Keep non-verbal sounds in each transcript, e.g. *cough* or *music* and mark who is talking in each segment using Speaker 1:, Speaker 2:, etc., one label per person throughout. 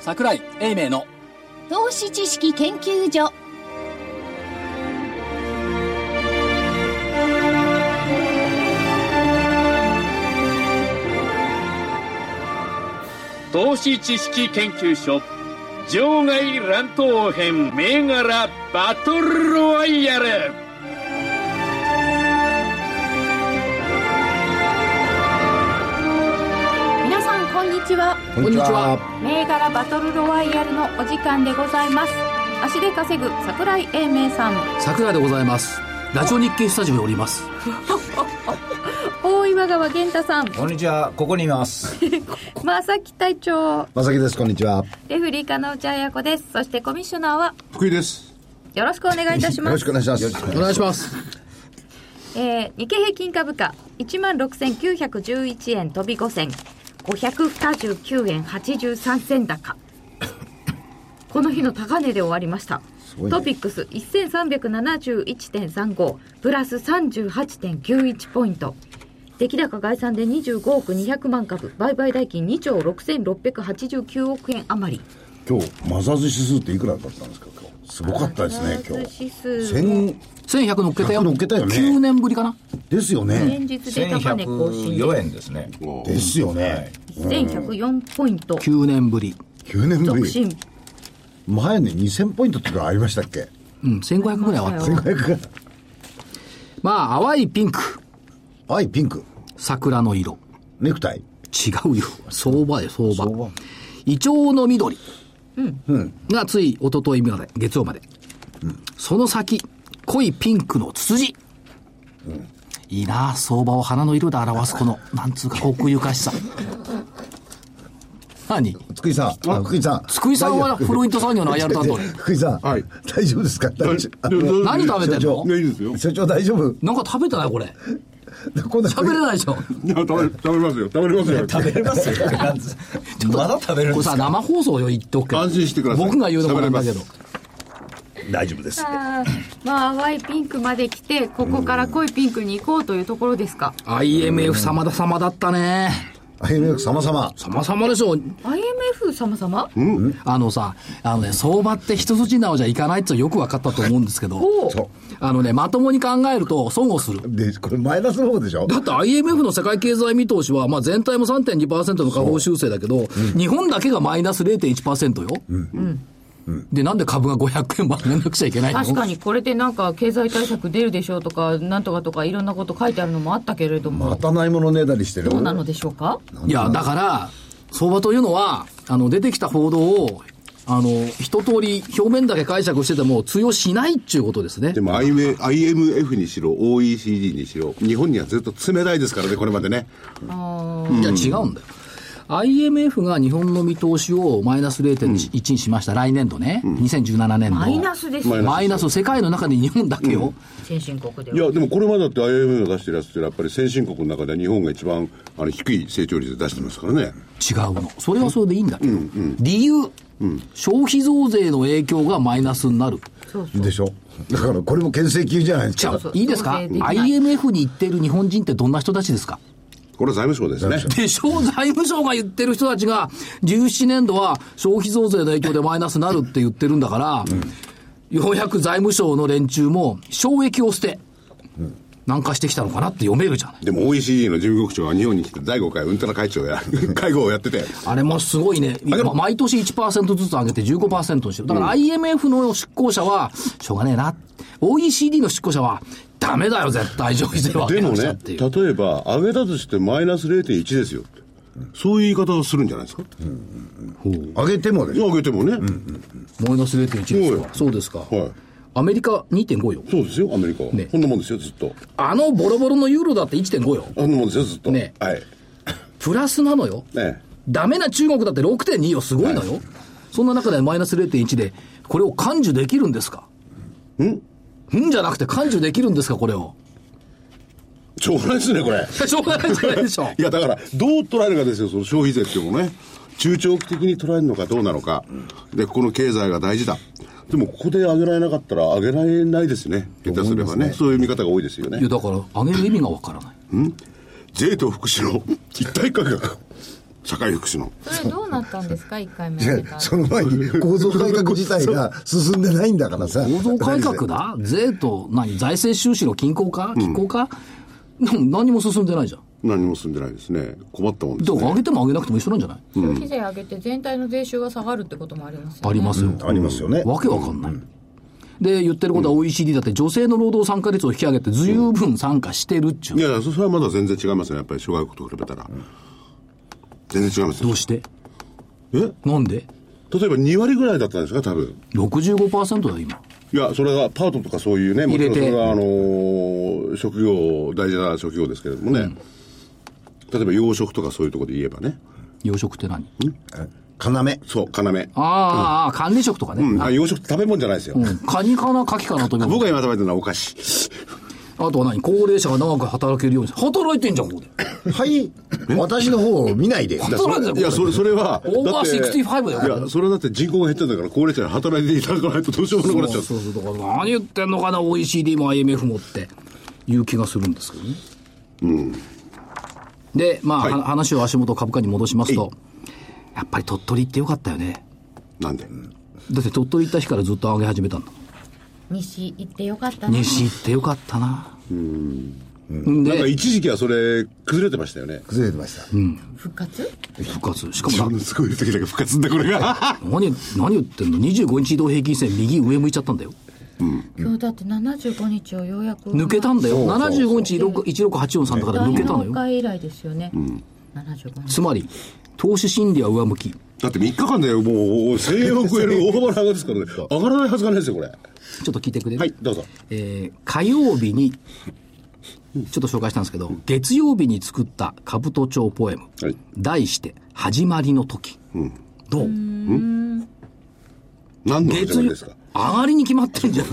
Speaker 1: 桜井英明の
Speaker 2: 投資知識研究所
Speaker 3: 投資知識研究所場外乱闘編銘柄バトルロワイヤル
Speaker 4: 皆さんこんにちは
Speaker 5: こんにちは。
Speaker 4: 銘柄バトルロワイヤルのお時間でございます足で稼ぐ桜井英明さん
Speaker 1: 桜井でございますラジオ日経スタジオにおります
Speaker 4: 大岩川源太さん
Speaker 5: こんにちは。ここにい *laughs* ます。
Speaker 4: 正木隊長
Speaker 5: まさきです。こんにちは。
Speaker 4: レフリー金内彩子ですそしてコミッショナーは
Speaker 6: 福井です。
Speaker 4: よろしくお願いいたし
Speaker 5: よ
Speaker 4: ま
Speaker 5: ろし
Speaker 4: す
Speaker 5: くお願いします。
Speaker 1: お願いします
Speaker 4: えー日経平均株価1万6911円飛び5銭529円83銭高この日の高値で終わりました、
Speaker 5: ごいね
Speaker 4: トピックス1371.35プラス38.91ポイント出来高概算で25億200万株売買代金2兆6689億円余り
Speaker 6: 今日、マザーズ指数っていくらだったんですか今日。すごかったですね、今
Speaker 4: マザーズ
Speaker 6: 日
Speaker 4: 指。数
Speaker 6: 千、
Speaker 1: 1100乗っけたよ
Speaker 6: 100乗っけたよね
Speaker 1: 9年ぶりかな
Speaker 6: ですよね。
Speaker 4: 連日で高値更新
Speaker 5: 1104円ですね。
Speaker 6: ですよね。
Speaker 4: 1104ポイント
Speaker 1: 9年ぶり
Speaker 6: 9年ぶ
Speaker 4: 続
Speaker 6: り。
Speaker 4: 伸
Speaker 6: 前ね、2000ポイントってのありましたっけ
Speaker 1: うん1500ぐらいはあった
Speaker 4: そう
Speaker 6: 500が。
Speaker 1: まあ淡いピンク
Speaker 6: はい、ピンク。
Speaker 1: 桜の色
Speaker 6: ネクタイ。
Speaker 1: 違うよ相場よ相場イチョウの緑がつい一昨日まで月曜まで、その先濃いピンクのツツジ、いいなあ相場を花の色で表すこのなんつうか奥ゆ *laughs* かしさ何
Speaker 6: 福井さん。あ、福井さん。
Speaker 1: 福井さんはフロイント産業の IR 担当で
Speaker 6: 福井さん。
Speaker 7: はい
Speaker 6: 大丈夫ですか大丈夫。あの
Speaker 1: 何食べてん
Speaker 6: 所
Speaker 1: の
Speaker 7: いやいいですよ。
Speaker 6: 所長大丈夫
Speaker 1: なんか食べてないこれ
Speaker 6: こんな
Speaker 1: 食べれないで
Speaker 4: *laughs*
Speaker 1: しょ
Speaker 7: いや食べ食べますよ。食べれますよ。
Speaker 5: 食べれますよ。まだ食べれるん
Speaker 1: これ
Speaker 5: です
Speaker 1: さ
Speaker 5: か
Speaker 1: 生放送よ言っておくけど
Speaker 7: 安心してください
Speaker 1: 僕が言うのもなんだけど
Speaker 7: 食
Speaker 6: 大丈夫です。
Speaker 4: あーまあ淡いピンクまで来てここから濃いピンクに行こうというところですか
Speaker 1: IMF 様だ様だったね
Speaker 6: IMF 様様。
Speaker 1: 様様でしょ
Speaker 4: IMF 様様
Speaker 1: あのさ、あのね、相場って一筋縄じゃいかないってよく分かったと思うんですけど、
Speaker 4: おう
Speaker 6: そ
Speaker 1: あのね、まともに考えると損をする。
Speaker 6: う。で、これマイナスの方でしょ
Speaker 1: だって IMF の世界経済見通しは、まあ、全体も3.2%の下方修正だけど、日本だけがマイナス0.1%よ。で、なんで株が500円も上げなくちゃいけないの
Speaker 4: 確かにこれでなんか経済対策出るでしょうとかなんとかとかいろんなこと書いてあるのもあったけれども、
Speaker 6: またないものねだりしてる。
Speaker 4: どうなのでしょうか
Speaker 1: いや、だから、相場というのは、あの、出てきた報道を、あの、一通り表面だけ解釈してても通用しないっていうことですね
Speaker 7: で。も IM IMF にしろ OECD にしろ日本にはずっと冷たいですからねこれまでね。
Speaker 1: いや、違うんだよ。IMF が日本の見通しをマイナス0.1にしました、来年度ね、2017年度。
Speaker 4: マイナスですよ
Speaker 1: マイナス、世界の中で日本だけよ。
Speaker 4: 先進国で
Speaker 7: い
Speaker 4: は
Speaker 7: やでもこれまでだって IMF が出してるやつってやっぱり先進国の中では日本が一番あの低い成長率で出してますからね。
Speaker 1: 違うの。それはそれでいいんだけど。理由、消費増税の影響がマイナスになる。
Speaker 6: でしょだからこれも牽制級じゃないです
Speaker 1: じゃ
Speaker 6: か。
Speaker 1: あ、いいですか
Speaker 4: 増税できない
Speaker 1: ?IMF に行ってる日本人ってどんな人たちですか
Speaker 7: これは財務省ですね。
Speaker 1: でしょう財務省が言ってる人たちが、17年度は消費増税の影響でマイナスになるって言ってるんだから、ようやく財務省の連中も、障益を捨て、軟化してきたのかなって読めるじゃない。
Speaker 7: でも OECD の事務局長が日本に来て第5回うんたら会長や *laughs* 会合をやってて。
Speaker 1: あれもすごいね。
Speaker 7: あでも
Speaker 1: ま毎年1%ずつ上げて15%にしてる。だから IMF の執行者は、しょうがねえな。OECD の執行者は、ダメだよ、絶対消費税は上
Speaker 7: で
Speaker 1: げ
Speaker 7: も
Speaker 1: なくちゃ
Speaker 7: ね
Speaker 1: っ、ていう。
Speaker 7: 例えば上げたとしてマイナス0.1ですよって。そういう言い方をするんじゃないですか。
Speaker 6: 上げてもでしょ
Speaker 7: 上げてもね。
Speaker 1: マイナス0.1です
Speaker 7: は
Speaker 1: か
Speaker 7: い。
Speaker 1: そうですか。
Speaker 7: はい
Speaker 1: アメリカ2.5よ。
Speaker 7: そうですよ、アメリカは。
Speaker 1: ね
Speaker 7: こんなもんですよ、ずっと。
Speaker 1: あのボロボロのユーロだって1.5よ。
Speaker 7: こんなもんですよ、ずっと。
Speaker 1: ね
Speaker 7: はい。
Speaker 1: プラスなのよ。
Speaker 7: ね
Speaker 1: ダメな中国だって6.2よ、すごいのよ。そんな中でマイナス0.1で、これを感受できるんですかんんじゃなくて感受できるんですか、これを。
Speaker 7: しょうがないですね、これ。
Speaker 1: いやしょうがないじゃないでしょ。
Speaker 7: *laughs* いや、だから、どう捉えるかですよ、その消費税っていうのもね。中長期的に捉えるのかどうなのか。で、ここの経済が大事だ。でも、ここで上げられなかったら、上げられないですね。下手すればね。そういう見方が多いですよ
Speaker 1: いや、
Speaker 7: ね。
Speaker 1: だから、上げる意味がわからない。
Speaker 7: 税と福祉の一体感覚。社会福祉
Speaker 1: *laughs*
Speaker 7: の。
Speaker 4: それどうなったんですか、一回目
Speaker 8: いや
Speaker 4: やってから
Speaker 8: その前に構造改革自体が進んでないんだからさ。
Speaker 1: 構造改革だ税と何財政収支の均衡化均衡化、でも何も進んでないじゃん。
Speaker 7: 何も進んでないですね。困ったもんで
Speaker 1: だ
Speaker 7: す
Speaker 1: から上
Speaker 7: ね。
Speaker 1: げても上げなくても一緒なんじゃない、
Speaker 4: 消費税上げて全体の税収が下がるってこともありますよね。
Speaker 1: ありますよ。
Speaker 6: ありますよね。
Speaker 1: わけわかんない。で、言ってることは OECD だって女性の労働参加率を引き上げて十分参加してるっちゅう。
Speaker 7: いやいや、そそれはまだ全然違いますね。やっぱり諸外国と比べたら。全然違います
Speaker 1: ど
Speaker 7: ね
Speaker 1: う。して
Speaker 7: え
Speaker 1: なんで
Speaker 7: 例えば2割ぐらいだったんですか、多分。
Speaker 1: ?65% だ今。
Speaker 7: いや、それがパートとかそういうね、もちろん
Speaker 1: 入
Speaker 7: そ
Speaker 1: れて
Speaker 7: れはあのー職業、大事な職業ですけれどもね、例えば養殖とかそういうところで言えばね、
Speaker 1: 養殖って何
Speaker 8: 要。
Speaker 7: そう、要。
Speaker 1: ああああ、管理職とかね。
Speaker 7: うん、
Speaker 1: あ
Speaker 7: あ養殖って食べ物じゃないですよ。
Speaker 1: うんカニかなカキかなと思う
Speaker 7: 僕が今食べてるのはお菓子。
Speaker 1: あとは何高齢者が長く働けるように働いてんじゃん、ここで。
Speaker 8: はい。私の方を見ないで。
Speaker 1: それ
Speaker 7: いや、それ、それは。
Speaker 1: オーバー
Speaker 7: だって
Speaker 1: 65だよ
Speaker 7: いや、それはだって人口が減ってんだから、高齢者に働いていただかないとどうしようもなくなっちゃう。
Speaker 1: そうそうだから何言ってんのかな OECD も IMF もっていう気がするんですけどねでまあ、
Speaker 7: はい
Speaker 1: は話を足元株価に戻しますとやっぱり鳥取行ってよかったよね
Speaker 7: なんで
Speaker 1: だって鳥取行った日からずっと上げ始めたんだ
Speaker 4: 西行ってよかったね。
Speaker 1: 西行ってよかったなうん
Speaker 7: なんか
Speaker 1: で
Speaker 7: 一時期はそれ、崩れてましたよね。
Speaker 8: 崩れてました。
Speaker 4: 復活
Speaker 1: 復活しかもな
Speaker 7: すごい時だけ復活んだ、これが。
Speaker 1: 何何言ってんの25日移動平均線右上向いちゃったんだよ
Speaker 4: 今日だって75日をようやく
Speaker 1: 抜けたんだよ75日16 16843とかで
Speaker 4: 大
Speaker 1: 抜けたの
Speaker 4: 納
Speaker 1: よ
Speaker 4: 会以来ですよね。75日。
Speaker 1: つまり投資心理は上向き
Speaker 7: だって3日間でもう、1000円を超える大幅な上がりですからね。上がらないはずがないですよ、これ。は
Speaker 1: ちょっと聞いてくれる、
Speaker 7: い、どうぞ。
Speaker 1: えー火曜日に、ちょっと紹介したんですけど、月曜日に作った兜町ポエム、
Speaker 7: はい
Speaker 1: 題して、始まりの時。どう
Speaker 7: 何の始
Speaker 1: 月
Speaker 7: まり
Speaker 1: 曜
Speaker 7: ですか、
Speaker 1: 上がりに決まってんじゃん。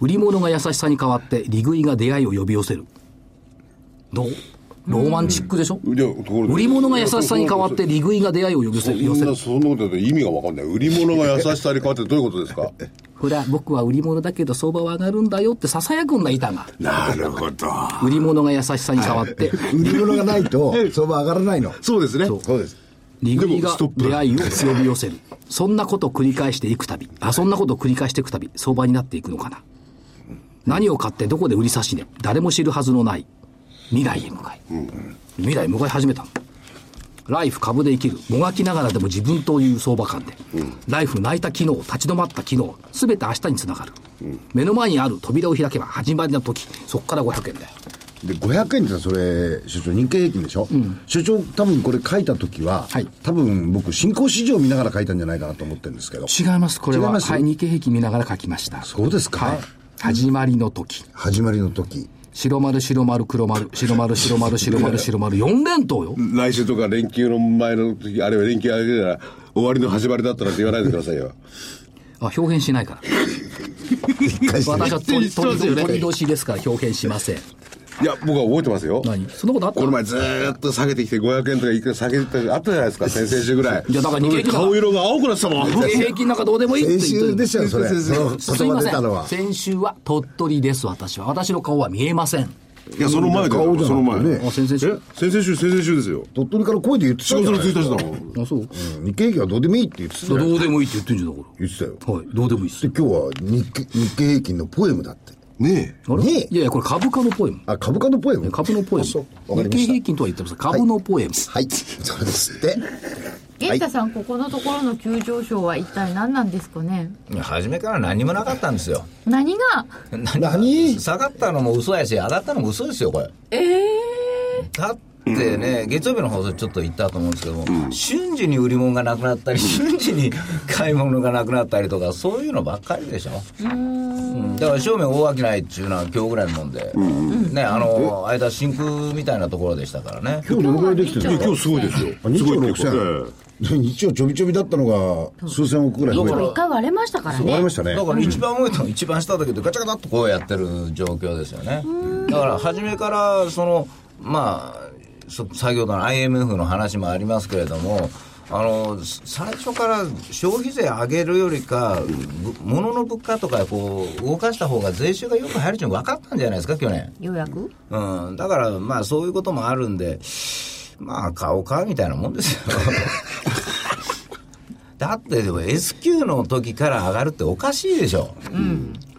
Speaker 1: 売り物が優しさに変わって、利食いが出会いを呼び寄せる。どうロマンチックでしょ
Speaker 7: いやところで
Speaker 1: 売り物が優しさに変わって、利食いが出会いを呼び寄
Speaker 7: そ
Speaker 1: せ
Speaker 7: ん
Speaker 1: る。寄せ
Speaker 7: な、
Speaker 1: る
Speaker 7: そんなことで意味がわかんない。売り物が優しさに変わってどういうことです
Speaker 1: *laughs*
Speaker 7: か
Speaker 1: ほら、僕は売り物だけど相場は上がるんだよって囁くんだ、板が。
Speaker 7: なるほど。
Speaker 1: 売り物が優しさに変わ *laughs* って、
Speaker 8: 売り物がないと相場上がらないの。
Speaker 7: そうですね。
Speaker 8: そうです。
Speaker 1: 利食い
Speaker 7: でも
Speaker 1: が
Speaker 7: ストップ
Speaker 1: 出会いを呼び寄せる。そんなことを繰り返していくたび、あ、そんなことを繰り返していくたび、相場になっていくのかな。何を買ってどこで売り差し値、誰も知るはずのない未来へ向かい。未来へ向かい始めたの。ライフ株で生きる、もがきながらでも自分という相場感で。ライフ泣いた機能、立ち止まった機能、すべて明日につながる。目の前にある扉を開けば始まりの時、そこから500円だよ。
Speaker 8: で、500円ってそれ、所長、日経平均でしょ、所長、多分これ書いた時は、
Speaker 1: はい
Speaker 8: 多分僕、新興市場を見ながら書いたんじゃないかなと思ってるんですけど。
Speaker 1: 違います、これ
Speaker 8: 違い
Speaker 1: は。
Speaker 8: ます
Speaker 1: はい、日経平均見ながら書きました。
Speaker 8: そうですか、
Speaker 1: はい。始まりの時。
Speaker 8: 始まりの時。
Speaker 1: 白丸白丸黒丸白丸白丸白丸白丸4連投よ
Speaker 7: 来週とか連休の前の時、あれは連休あげたら、終わりの始まりだったらって言わないでくださ
Speaker 1: *laughs*
Speaker 7: いよ。
Speaker 1: あ表現しないから私
Speaker 8: *laughs*
Speaker 1: は鳥鳥鳥年ですから表現しません
Speaker 7: いや、僕は覚えてますよ。
Speaker 1: 何そんなことあった
Speaker 7: この前ずーっと下げてきて500円とかいくら下げてたあったじゃない
Speaker 1: *laughs*
Speaker 7: ですか、先々週ぐらい。
Speaker 1: いやだから逃げ切らない
Speaker 7: 顔色が青くなってた
Speaker 1: *laughs*
Speaker 7: もん。
Speaker 1: 日経平均なんかどうでもいいって
Speaker 8: 先
Speaker 1: 言って
Speaker 8: 週で
Speaker 1: る
Speaker 8: すよ、それ。その
Speaker 1: すい
Speaker 8: 言葉
Speaker 1: ま
Speaker 8: 出
Speaker 1: せ
Speaker 8: たの
Speaker 1: ん
Speaker 8: は。
Speaker 1: 先週は鳥取です私は私の顔は見えません
Speaker 7: いや、その前だ
Speaker 8: 顔じ
Speaker 7: よ、
Speaker 8: ゃ
Speaker 7: その
Speaker 8: なく
Speaker 7: 前。
Speaker 8: てね
Speaker 7: え
Speaker 1: あ先々週
Speaker 7: 先々週、先々週ですよ。
Speaker 8: 鳥取から声で言ってた
Speaker 7: 仕
Speaker 8: じゃ
Speaker 7: 事
Speaker 8: ない
Speaker 7: の
Speaker 8: です
Speaker 7: 1
Speaker 8: か
Speaker 7: 日だ
Speaker 1: *laughs*
Speaker 7: もん。
Speaker 1: あそう
Speaker 8: うん日経平均はどうでもいいって言ってたじゃない
Speaker 1: どうでもいいって言ってんじゃんだか
Speaker 8: 言ってたよ。
Speaker 1: らはいどうでもいいです
Speaker 8: で、今日は日経日経平均のポエムだって。
Speaker 7: ね
Speaker 1: あれ
Speaker 8: ねえ
Speaker 1: いやいやこれ株価のポエム
Speaker 8: あ、株価のポエム
Speaker 1: 株のポエム
Speaker 8: あそう
Speaker 1: 日
Speaker 8: わかりま
Speaker 1: 経
Speaker 8: した
Speaker 1: 平均とは言ってます株のポエム
Speaker 8: はい、 *laughs* そうですって。
Speaker 4: 源太さん、ここのところの急上昇は一体何なんですかね
Speaker 5: 初めから何もなかったんですよ。
Speaker 4: 何が
Speaker 8: 何
Speaker 5: 下がったのも嘘やし、上がったのも嘘ですよ、これ。ええだってね、月曜日の放送ちょっと言ったと思うんですけども、瞬時に売り物がなくなったり、瞬時に買い物がなくなったりとか、そういうのばっかりでしょ。うんだから正面大商いっていうのは今日ぐらいのもんで、ね、あの、間真空みたいなところでしたからね。
Speaker 8: 今日どのくらいできてるの
Speaker 7: 今日すごいですよ。
Speaker 8: あ日
Speaker 7: すご
Speaker 8: 曜
Speaker 7: い
Speaker 8: の
Speaker 7: っていうか
Speaker 8: 6000日曜ちょびちょびだったのが数千億ぐらい増
Speaker 5: だ
Speaker 8: えた
Speaker 5: から
Speaker 8: 終
Speaker 4: 一回割れましたから
Speaker 8: わり
Speaker 4: ね
Speaker 8: ま。したね
Speaker 5: だから一番上と一番下だけどガチャガチャっとこうやってる状況ですよねだから初めからそのまあそ先ほどの IMF の話もありますけれどもあのす最初から消費税上げるよりか、ぶ物の物価とかこう動かした方が税収がよく入るっていうの分かったんじゃないですか、去年。
Speaker 4: ようやく
Speaker 5: うん、だから、まあ、そういうこともあるんで、まあ、顔かみたいなもんですよ。だって、でも S q の時から上がるっておかしいでしょ。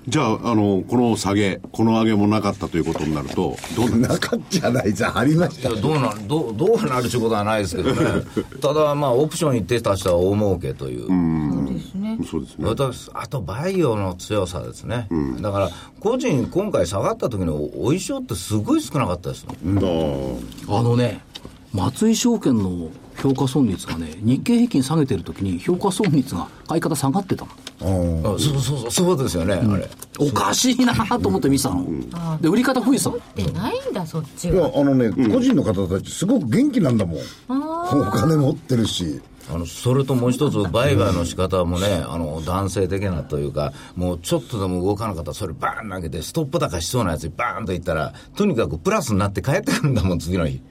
Speaker 7: じゃあ、あの、この下げ、この上げもなかったということになると、どうなんです
Speaker 8: な
Speaker 7: か
Speaker 8: かったじゃないじゃんありまし
Speaker 5: い
Speaker 8: た
Speaker 5: やどうなるどうどうなるということはないですけど *laughs* ね、ただ、まあ、オプションに手たした大儲けという、
Speaker 7: そうですね。
Speaker 5: 私あとバイオの強さですね、だから個人、今回下がった時のおお衣装ってすごい少なかったですよ、
Speaker 7: ああ
Speaker 1: あのね、松井証券の評価損率がね、日経平均下げてるときに評価損率が買い方下がってたの。
Speaker 5: あそうそうそう、そうですよね、あれ、
Speaker 1: おかしいなと思って見てたの。で、売り方増えてたの。
Speaker 4: でないんだそっち
Speaker 8: いや
Speaker 4: は
Speaker 8: あのね、個人の方たちすごく元気なんだもんお金持ってるし
Speaker 5: あのそれともう一つ、売買の仕方もね、あの男性的なというか、もうちょっとでも動かなかったら、それバーン投げて、ストップ高しそうなやつにバーンといったら、とにかくプラスになって帰ってくるんだもん、次の日。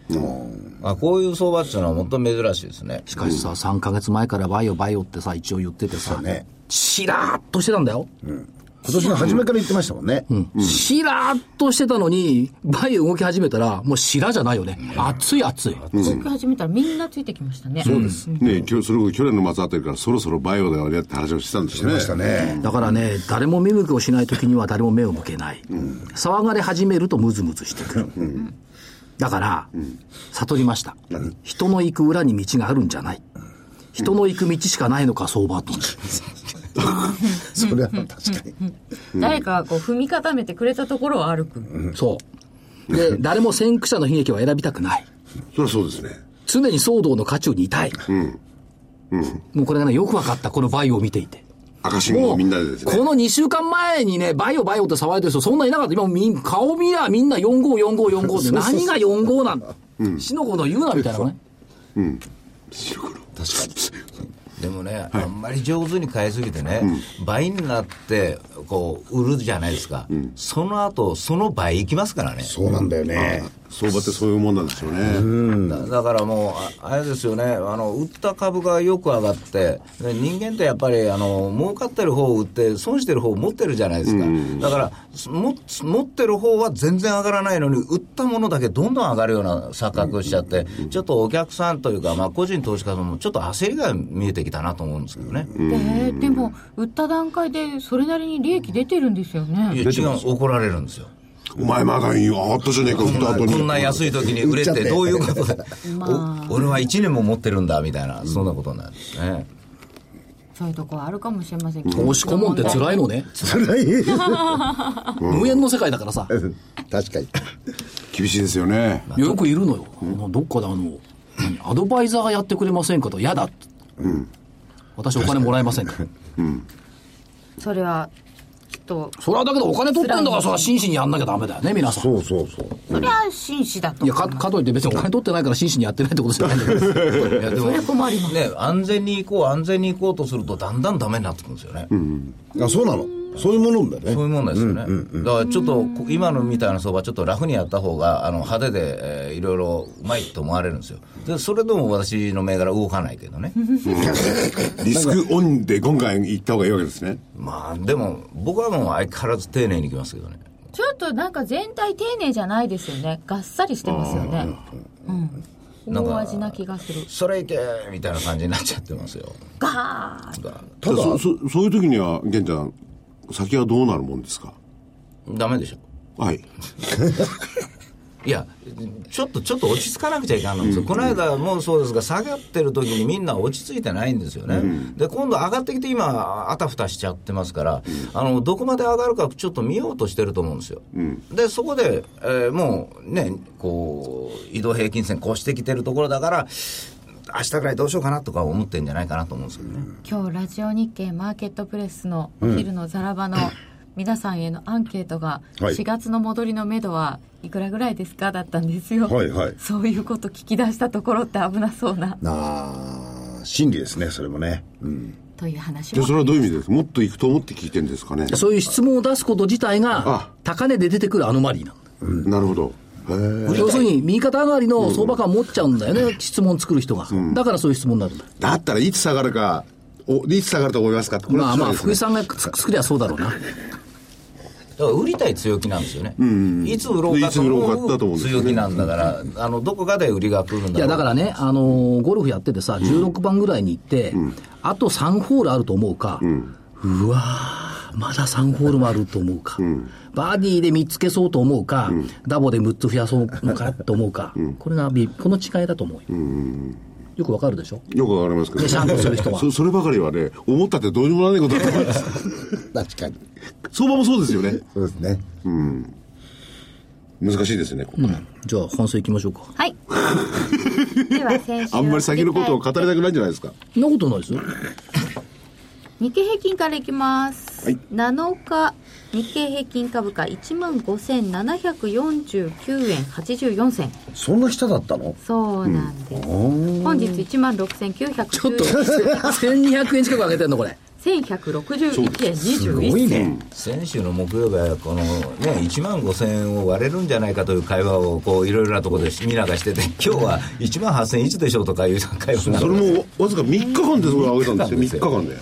Speaker 5: あこういう相場っていうのは、本当に珍しいですね。
Speaker 1: しかしさ、3ヶ月前からバイオバイオってさ、一応言っててさ、
Speaker 8: ね
Speaker 1: しらーっとしてたんだよ。
Speaker 8: 今年の初めから言ってましたもんね、
Speaker 1: しらーっとしてたのに、バイオ動き始めたら、もうしらじゃないよね。熱い熱い。
Speaker 4: 動き始めたらみんなついてきましたねそうです
Speaker 7: ねきょそれこそ去年の末あたりからそろそろバイオだよねって話をしてたんですよね。
Speaker 8: したね
Speaker 1: だからね、誰も見向きをしない時には誰も目を向けない。騒がれ始めるとムズムズしてくる。だから、悟りました。人の行く裏に道があるんじゃない。人の行く道しかないのか、相場と。
Speaker 8: それは確かに
Speaker 4: 誰かがこう踏み固めてくれたところを歩く、
Speaker 1: そう。で、誰も先駆者の悲劇は選びたくない。
Speaker 7: それはそうですね。
Speaker 1: 常に騒動の渦中にいたい。もうこれがね、よくわかった、このバイオを見ていて。
Speaker 7: 赤信号
Speaker 1: も
Speaker 7: を
Speaker 1: う、
Speaker 7: みんなでですね。
Speaker 1: この2週間前にね、バイオバイオって騒いでる人、そんないなかった。今、みん顔見りゃみんな454545で、何が45なんだ。しのこの言うなみたいなのね。
Speaker 5: でもね、あんまり上手に買いすぎてね、倍になってこう売るじゃないですか、その後その倍いきますからね、
Speaker 8: そうなんだよね
Speaker 7: 相場ってそういうもんなんですよね。
Speaker 5: だだからもう、ああれですよねあの、売った株がよく上がって、で人間ってやっぱりあの儲かってる方を売って、損してる方を持ってるじゃないですか、だからすも持ってる方は全然上がらないのに、売ったものだけどんどん上がるような錯覚をしちゃって、ちょっとお客さんというか、まあ、個人投資家さんもちょっと焦りが見えてきたなと思うんですけどね。
Speaker 4: ででも売った段階でそれなりに利益出てるんですよ
Speaker 5: い
Speaker 4: ね
Speaker 5: や違う怒られるんですよ
Speaker 7: お前まだいいよ。上がったじゃねえか、
Speaker 5: こんな
Speaker 7: 売った後に。
Speaker 5: こんな安い時に売れ
Speaker 8: 売っちゃってて
Speaker 5: どういうことで、お俺は1年も持ってるんだみたいな、そんなことになるんですね
Speaker 4: そういうとこはあるかもしれません
Speaker 1: 投資顧問って辛いのね。
Speaker 8: それはいい
Speaker 1: 無縁の世界だからさ。
Speaker 8: *laughs* 確かに
Speaker 7: 厳しいですよね。
Speaker 1: よくいるのよ。どっかであの、何アドバイザーがやってくれませんかと、嫌だって。私お金もらえませんから。
Speaker 4: それはきっと
Speaker 1: それはだけどお金取ってんだから、それは真摯にやんなきゃダメだよね、皆さん。
Speaker 8: そうそうそう
Speaker 4: そりゃ紳士だと
Speaker 1: いや、か、かといって別にお金取ってないから真摯にやってないってことじゃないんだけど。
Speaker 5: いやでもね安全に行こう安全に行こうとするとだんだんダメになってくるんですよね、
Speaker 8: あそうなのそういうものなんだ
Speaker 5: そうい
Speaker 8: よ
Speaker 5: うも
Speaker 8: ね
Speaker 5: んなんですよね、だからちょっとこ今のみたいな相場ちょっとラフにやった方があの派手で、えーいろいろうまいと思われるんですよでそれでも私の銘柄動かないけどね
Speaker 7: リスクオンで今回行った方がいいわけですね。
Speaker 5: まあでも僕はもう相変わらず丁寧にいきますけどね
Speaker 4: ちょっとなんか全体丁寧じゃないですよねがっさりしてますよねうん
Speaker 5: なんか
Speaker 4: 大味な気がする
Speaker 5: それいけみたいな感じになっちゃってますよ
Speaker 4: ガーッ
Speaker 5: だ
Speaker 7: ただそそ、そういう時には、玄ちゃん、先はどうなるもんですか
Speaker 5: ダメでしょ
Speaker 7: はい。
Speaker 5: いや、ちょっと、ちょっと落ち着かなくちゃいかんのですよ。この間もそうですが、下がってる時にみんな落ち着いてないんですよね。で、今度上がってきて今、あたふたしちゃってますから、あの、どこまで上がるかちょっと見ようとしてると思うんですよ。で、そこで、えーもうね、こう、移動平均線越してきてるところだから、明日ぐらいどうしようかなとか思ってんじゃないかなと思うんですけどね。
Speaker 4: 今日ラジオ日経マーケットプレスのお昼のザラ
Speaker 7: *coughs*
Speaker 4: バの皆さんへのアンケートが
Speaker 8: はい
Speaker 4: 4月の戻りのめどはいくらぐらいですかだったんですよ、
Speaker 8: はいはい
Speaker 4: そういうこと聞き出したところって危なそうな
Speaker 8: ああ真理ですねそれもねうん
Speaker 4: という話
Speaker 7: で、
Speaker 4: も
Speaker 7: それはどういう意味ですかもっと行くと思って聞いてるんですかね。
Speaker 1: そういう質問を出すこと自体が
Speaker 7: あ、
Speaker 1: 高値で出てくるアノマリーなの。
Speaker 7: なるほど。へえ
Speaker 1: 要するに右肩上がりの相場感を持っちゃうんだよね、質問作る人が、だからそういう質問になるんだ
Speaker 7: だったらいつ下がるか、おいつ下がると思いますかってこれ
Speaker 1: ま
Speaker 7: は
Speaker 1: あまあ福
Speaker 7: そうで
Speaker 1: 井
Speaker 7: すね
Speaker 1: さんがつ作りゃそうだろうな
Speaker 5: だから売りたい強気なんですよね、いつ売ろう
Speaker 7: い
Speaker 5: か
Speaker 7: つ
Speaker 5: と
Speaker 7: 売ろうか
Speaker 5: 思
Speaker 7: だと思うん
Speaker 5: う
Speaker 7: ですよ
Speaker 5: 強
Speaker 7: ね
Speaker 5: 気なんだから、あのどこかで売りが来るんだろう
Speaker 1: いや、だからね、あのーゴルフやっててさ、16番ぐらいに行って、あと3ホールあると思うか、うわー、まだ3ホールもあると思うか、バーディーで3つ消そうと思うか、ダボで6つ増やそうのかと思うか、これがび、この違いだと思うよ。よくわかるでしょ
Speaker 7: よくわかりますけど、
Speaker 1: でシャンとする人は
Speaker 7: そそ *laughs* ればかりはね、思ったってどうにもならないことだと思います。
Speaker 8: 確かに。
Speaker 7: 相場もそうですよね。
Speaker 8: そうですね。
Speaker 7: 難しいですね、ここから
Speaker 1: じゃあ、本数いきましょうか。
Speaker 7: *laughs*
Speaker 2: はい。
Speaker 4: では先週
Speaker 7: あんまり先のことを語りたくないんじゃないですか。
Speaker 1: そんなことない *laughs* ですよ。
Speaker 4: 日経平均からいきます、
Speaker 7: はい
Speaker 4: 7日日経平均株価1万5749円84銭
Speaker 8: そんな下だったの
Speaker 4: そうなんです、本日1万
Speaker 1: ちょっと、
Speaker 4: 6991
Speaker 1: 1200円近く上げてんの、これ。
Speaker 4: 円21
Speaker 8: い
Speaker 4: 銭
Speaker 8: ね。
Speaker 5: 先週の木曜日はこの、ね、1万5000円を割れるんじゃないかという会話をこういろいろなところで皆がしてて今日は1万8000円いつでしょうとかいう会話
Speaker 7: そ
Speaker 5: が
Speaker 7: れもわずか3日間でそれを上げたんですよ、3日間で。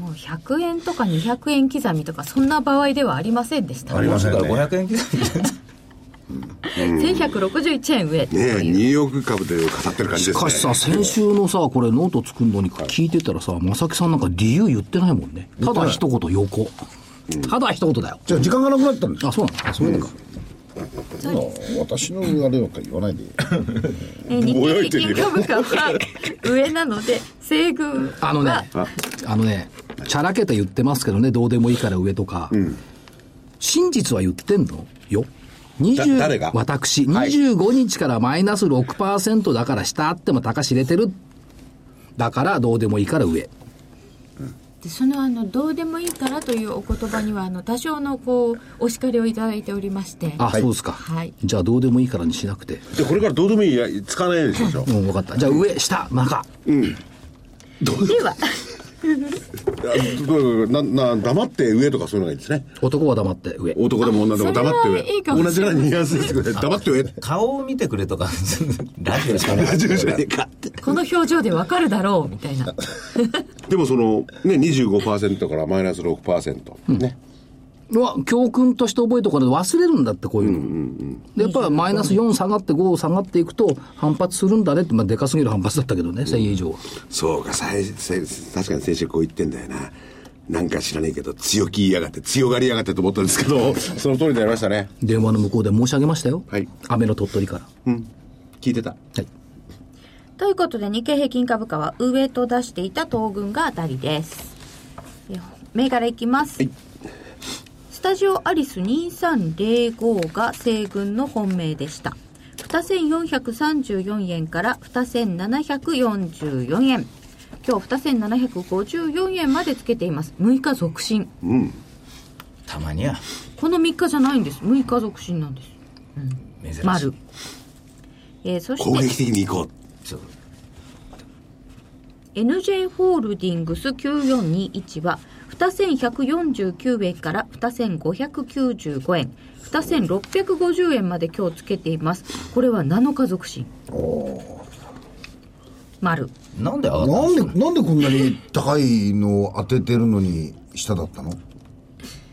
Speaker 4: もう100円とか200円刻みとかそんな場合ではありませんでした、
Speaker 8: ありません
Speaker 5: だか
Speaker 8: ね。
Speaker 5: ら500円刻みで
Speaker 4: 1161円上と
Speaker 7: ねえ、
Speaker 4: いう
Speaker 7: 2億株で語ってる感じ
Speaker 1: し
Speaker 7: ですね。
Speaker 1: かしさ、先週のさ、これノート作るのに聞いてたらさ、正木さんなんか理由言ってないもんね。ただ一言横。ただ一言だよ。
Speaker 8: じゃあ時間がなくなったんです
Speaker 1: あ、そうなんだ。そういうのか。
Speaker 6: 私のあれなんか言わないで。
Speaker 4: えー日経平均株価は上なので *laughs* 西軍
Speaker 1: あの
Speaker 4: は
Speaker 1: ね、あのね、ちゃらけて言ってますけどね、どうでもいいから上とか。真実は言ってんのよ。20
Speaker 7: だ誰が
Speaker 1: 私、25日からマイナス6%だから下あっても高知れてる。だからどうでもいいから上。
Speaker 4: でそのあのどうでもいいからというお言葉にはあの多少のこうお叱りをいただいておりまして
Speaker 1: あ、そうですか。
Speaker 4: はい
Speaker 1: じゃあどうでもいいからにしなくて。
Speaker 7: *laughs* でこれからどうでもいいや、使わないようにしましょう。
Speaker 1: うん、分かった。じゃあ上、下、中。
Speaker 4: では
Speaker 7: あどういうなな黙って上とかそういうのがいいですね。
Speaker 1: 男は黙って上。
Speaker 7: 男でも女でも黙って上。
Speaker 4: あそれはいいかも
Speaker 7: 同
Speaker 4: し
Speaker 7: じよ
Speaker 4: れ
Speaker 7: うなニュアンスですけどね、黙って上。
Speaker 5: 顔を見てくれとかラジオしかない
Speaker 4: この表情でわかるだろうみたいな
Speaker 7: でもその、ね、25%からマイナス6%。ね。
Speaker 1: は教訓として覚えておかないと忘れるんだってこういうの、でやっぱりマイナス4下がって5下がっていくと反発するんだねって、まあ、でかすぎる反発だったけどね1000円以上は、
Speaker 7: そうか、さいさい確かに先週こう言ってんだよな。なんか知らねえけど、強気言いやがって、強がりやがってと思ったんですけど、その通りになりましたね。
Speaker 1: 電話の向こうで申し上げましたよ、
Speaker 7: はい
Speaker 1: 雨の鳥取から、
Speaker 7: 聞いてた。
Speaker 1: はい、
Speaker 4: ということで日経平均株価は上と出していた東軍が当たりですえー銘柄いきます、スタジオアリス2305が西軍の本命でした2434円から2744円今日2754円までつけています6日続伸
Speaker 5: たまには
Speaker 4: この3日じゃないんです6日続伸なんです
Speaker 5: 珍しい
Speaker 4: 丸、えーそして
Speaker 7: 攻撃的に行こう。
Speaker 5: そう
Speaker 4: NJ ホールディングス9421は2149円から2595円2650円まで今日つけていますこれは7日続進丸
Speaker 5: なんで上がったん
Speaker 8: な
Speaker 5: ですか
Speaker 8: んで、なんでこんなに高いのを当ててるのに下だったの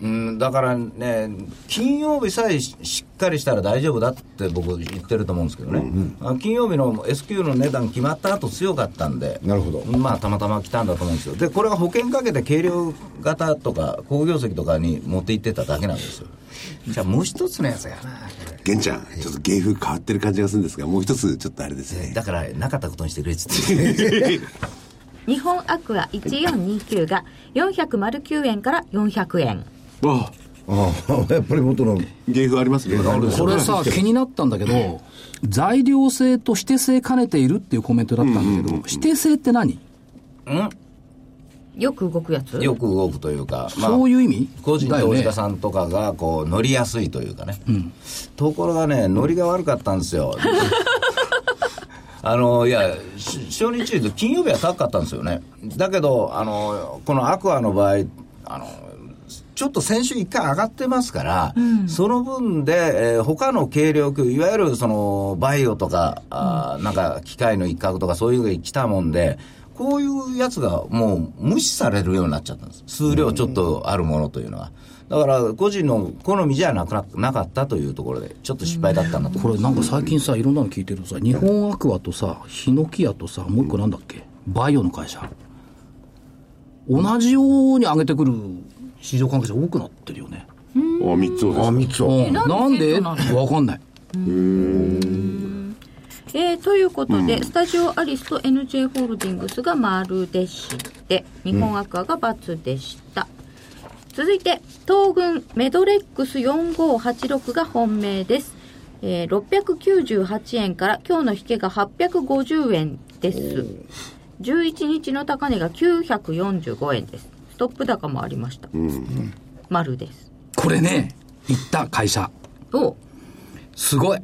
Speaker 5: うん、だからね、金曜日さえししっかりしたら大丈夫だって僕、言ってると思うんですけどね、あ金曜日の S q の値段決まった後強かったんで、
Speaker 8: なるほど
Speaker 5: まあ、たまたま来たんだと思うんですよ、でこれは保険かけて軽量型とか、工業績とかに持って行ってただけなんですよ、じゃあ、もう一つのやつやな、
Speaker 7: 玄ちゃん、ちょっと芸風変わってる感じがするんですが、もう一つちょっとあれですね。
Speaker 5: だからなかったことにしてくれっつって、
Speaker 4: 日本アクア1429が409円から400円
Speaker 7: ああ、
Speaker 8: ああ、や *laughs* っぱり元の。
Speaker 7: 芸風ありますね。
Speaker 1: これさ気になったんだけど材料性と指定性兼ねているっていうコメントだったんだけど、指定性って何、
Speaker 4: よく動くやつ
Speaker 5: *laughs* よく動くというか、まあ
Speaker 1: そういう意味
Speaker 5: 個人
Speaker 1: だよ
Speaker 5: 投資
Speaker 1: ね
Speaker 5: 家さんとかがこう乗りやすいというかね、ところがね、乗りが悪かったんですよ。あのいや、し初日で金曜日は高かったんですよね、だけど、あのこのアクアの場合、あのちょっと先週一回上がってますから、その分で、えー他の軽量級、いわゆるそのバイオとか、あーなんか機械の一角とか、そういうのが来たもんで、こういうやつがもう無視されるようになっちゃったんです。数量ちょっとあるものというのは。だから、個人の好みじゃなくななかったというところで、ちょっと失敗だったんだと
Speaker 1: こ
Speaker 5: 思い
Speaker 1: れ
Speaker 5: ま
Speaker 1: なんか最近さいろんなの聞いてるとさ日本アクアとさヒノキ屋とさもう一個なんだっけバイオの会社同じように上げてくる市場関係者多くなってるよね
Speaker 7: あ三つをです
Speaker 8: あ、
Speaker 7: か
Speaker 8: 三つを。
Speaker 1: うんな
Speaker 4: なんん
Speaker 1: で
Speaker 4: で
Speaker 1: わかんない
Speaker 4: えーということで、スタジオアリスと NJ ホールディングスが丸でして日本アクアが×でした、続いて東軍メドレックス4586が本命です、えー698円から今日の引けが850円です11日の高値が945円ですストップ高もありました、丸です
Speaker 1: これね行った会社
Speaker 4: お
Speaker 1: すごい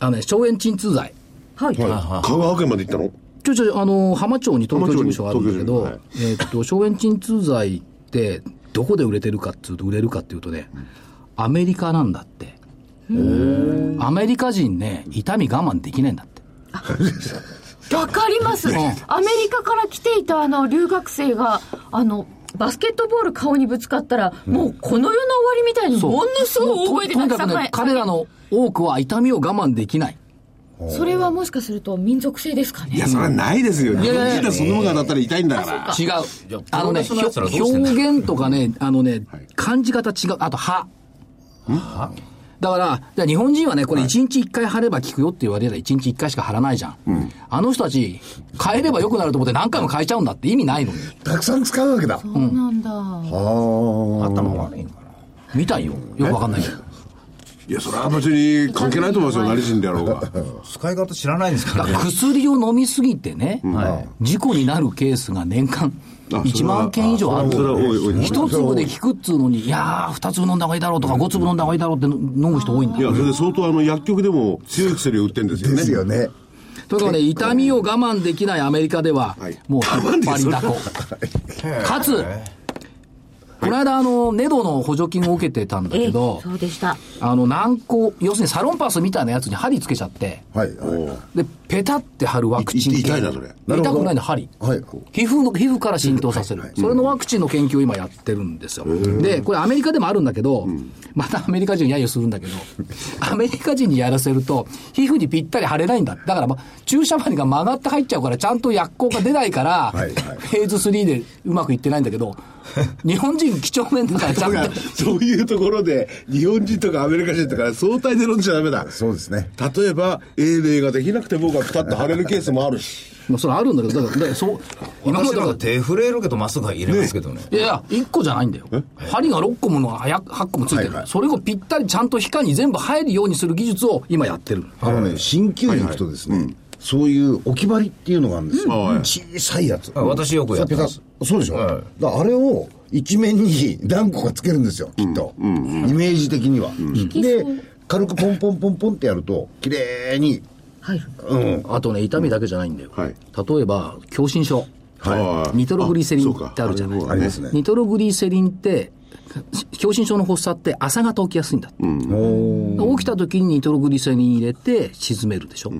Speaker 1: あのね消炎鎮痛剤
Speaker 4: はい、
Speaker 7: 香川県まで行ったの
Speaker 1: ちょちょ、あの、浜町に東京事務所があるんだけど、
Speaker 7: 浜町
Speaker 1: えーっと、消炎鎮痛剤って、どこで売れてるかっていうと、売れるかっていうとね、アメリカなんだって。アメリカ人ね、痛み我慢できないんだって。
Speaker 9: わかります。アメリカから来ていたあの留学生が、あの、バスケットボール顔にぶつかったら、もうこの世の終わりみたいに、
Speaker 1: そう
Speaker 9: ものすごい大声で
Speaker 1: とと
Speaker 9: た
Speaker 1: にか
Speaker 9: くさ
Speaker 1: く
Speaker 9: ん
Speaker 1: ね
Speaker 9: 前、
Speaker 1: 彼らの多くは痛みを我慢できない。
Speaker 9: それはもしかすると民族性ですか
Speaker 7: い
Speaker 9: ね
Speaker 7: や、。それはないですよ。日
Speaker 1: やいや
Speaker 7: 本人はそのものが当たったら痛いんだから。
Speaker 1: 違う
Speaker 5: じゃあ。
Speaker 1: あのね、ひ
Speaker 5: プロレスのやつら
Speaker 1: ょ
Speaker 5: どうしてんの
Speaker 1: 表現とかね、あのね
Speaker 7: い、
Speaker 1: 感じ方違う。あと、歯。だから、じゃあ日本人はね、これ1日1回貼れば効くよって言われたら1日1回しか貼らないじゃん。あの人たち、変えれば良くなると思って何回も変えちゃうんだって意味ないのに。
Speaker 8: たくさん使うわけだ。
Speaker 9: そうなんだ。
Speaker 5: す。頭悪いんかな。
Speaker 1: みたいよ。よくわかんないけど。
Speaker 7: いや、それは別に関係ないと思いますよ。何人であろ
Speaker 1: *laughs*
Speaker 7: うが。
Speaker 5: 使い方知らないんですか
Speaker 1: だ
Speaker 5: ら
Speaker 1: か
Speaker 5: ね
Speaker 1: ら。薬を飲みすぎてね、事故になるケースが年間
Speaker 7: あ
Speaker 1: 1万件以上ある。
Speaker 7: それは多い多い。
Speaker 1: 一粒で効くっつうのに、いやー、二粒飲んだ方がいいだろうとか、五粒飲んだ方がいいだろうって飲む人多いんだ
Speaker 7: い。や、それで相当あの、薬局でも強い薬を売ってるんですよね。
Speaker 8: ですよね。
Speaker 1: というかね、痛みを我慢できないアメリカでは、
Speaker 7: はい
Speaker 1: もう、引っ張りだこ。かつ、この間、あの、ネドの補助金を受けてたんだ
Speaker 4: え
Speaker 1: け
Speaker 4: え
Speaker 1: ど、
Speaker 4: そうでした
Speaker 1: あの、軟膏、要するにサロンパスみたいなやつに針つけちゃって、
Speaker 8: はい。はい
Speaker 1: で、ペタって貼るワクチン
Speaker 7: い
Speaker 1: 系。
Speaker 7: 痛いなそれ
Speaker 8: なるほど
Speaker 1: 痛くないの、針。
Speaker 8: はい。
Speaker 1: 皮膚の、皮膚から浸透させる。それのワクチンの研究を今やってるんですよ。で、これアメリカでもあるんだけど、またアメリカ人揶揄するんだけど、 *laughs* アメリカ人にやらせると、皮膚にぴったり腫れないんだ。だから、ま、注射針が曲がって入っちゃうから、ちゃんと薬効が出ないから、
Speaker 8: はいはい
Speaker 1: フェーズ3でうまくいってないんだけど、日本人几帳面だから、ちゃんと。
Speaker 7: そういうところで、日本人とかアメリカ人とか相対で飲んじゃダメだ。
Speaker 8: そうですね。
Speaker 7: 例えば、英霊ができなくて僕がピタッと腫れるケースもあるし。
Speaker 1: まあ、それあるんだけど、だから、だからそう、今ま
Speaker 5: 私
Speaker 1: でだか
Speaker 5: なんから手震えるけど、まっすぐは入れますけどね。
Speaker 1: いやいや、1個じゃないんだよ。針が6個ものが8個もついてる、
Speaker 8: はいはい
Speaker 1: それをぴったりちゃんと皮下に全部入るようにする技術を今やってる。
Speaker 8: あのね、鍼灸に行くとですね、そういう置き針っていうのがあるんですよ。
Speaker 7: うん
Speaker 8: 小さいやつ。
Speaker 5: はい私よくやってます
Speaker 8: そうでしょ
Speaker 5: はい
Speaker 8: だからあれを一面に何個かつけるんですよ、きっと。イメージ的には。で、軽くポンポンポンポンってやると、綺麗に。
Speaker 4: 入る
Speaker 8: うん。
Speaker 1: あとね、痛みだけじゃないんだよ。
Speaker 7: はい
Speaker 1: 例えば、狭心症。
Speaker 7: は
Speaker 1: ニトログリセリンってあるじゃない
Speaker 7: そうか
Speaker 8: ありますね。
Speaker 1: ニトログリセリンって、狭心症の発作って朝方起きやすいんだって、起きた時にニトログリセリン入れて沈めるでしょ、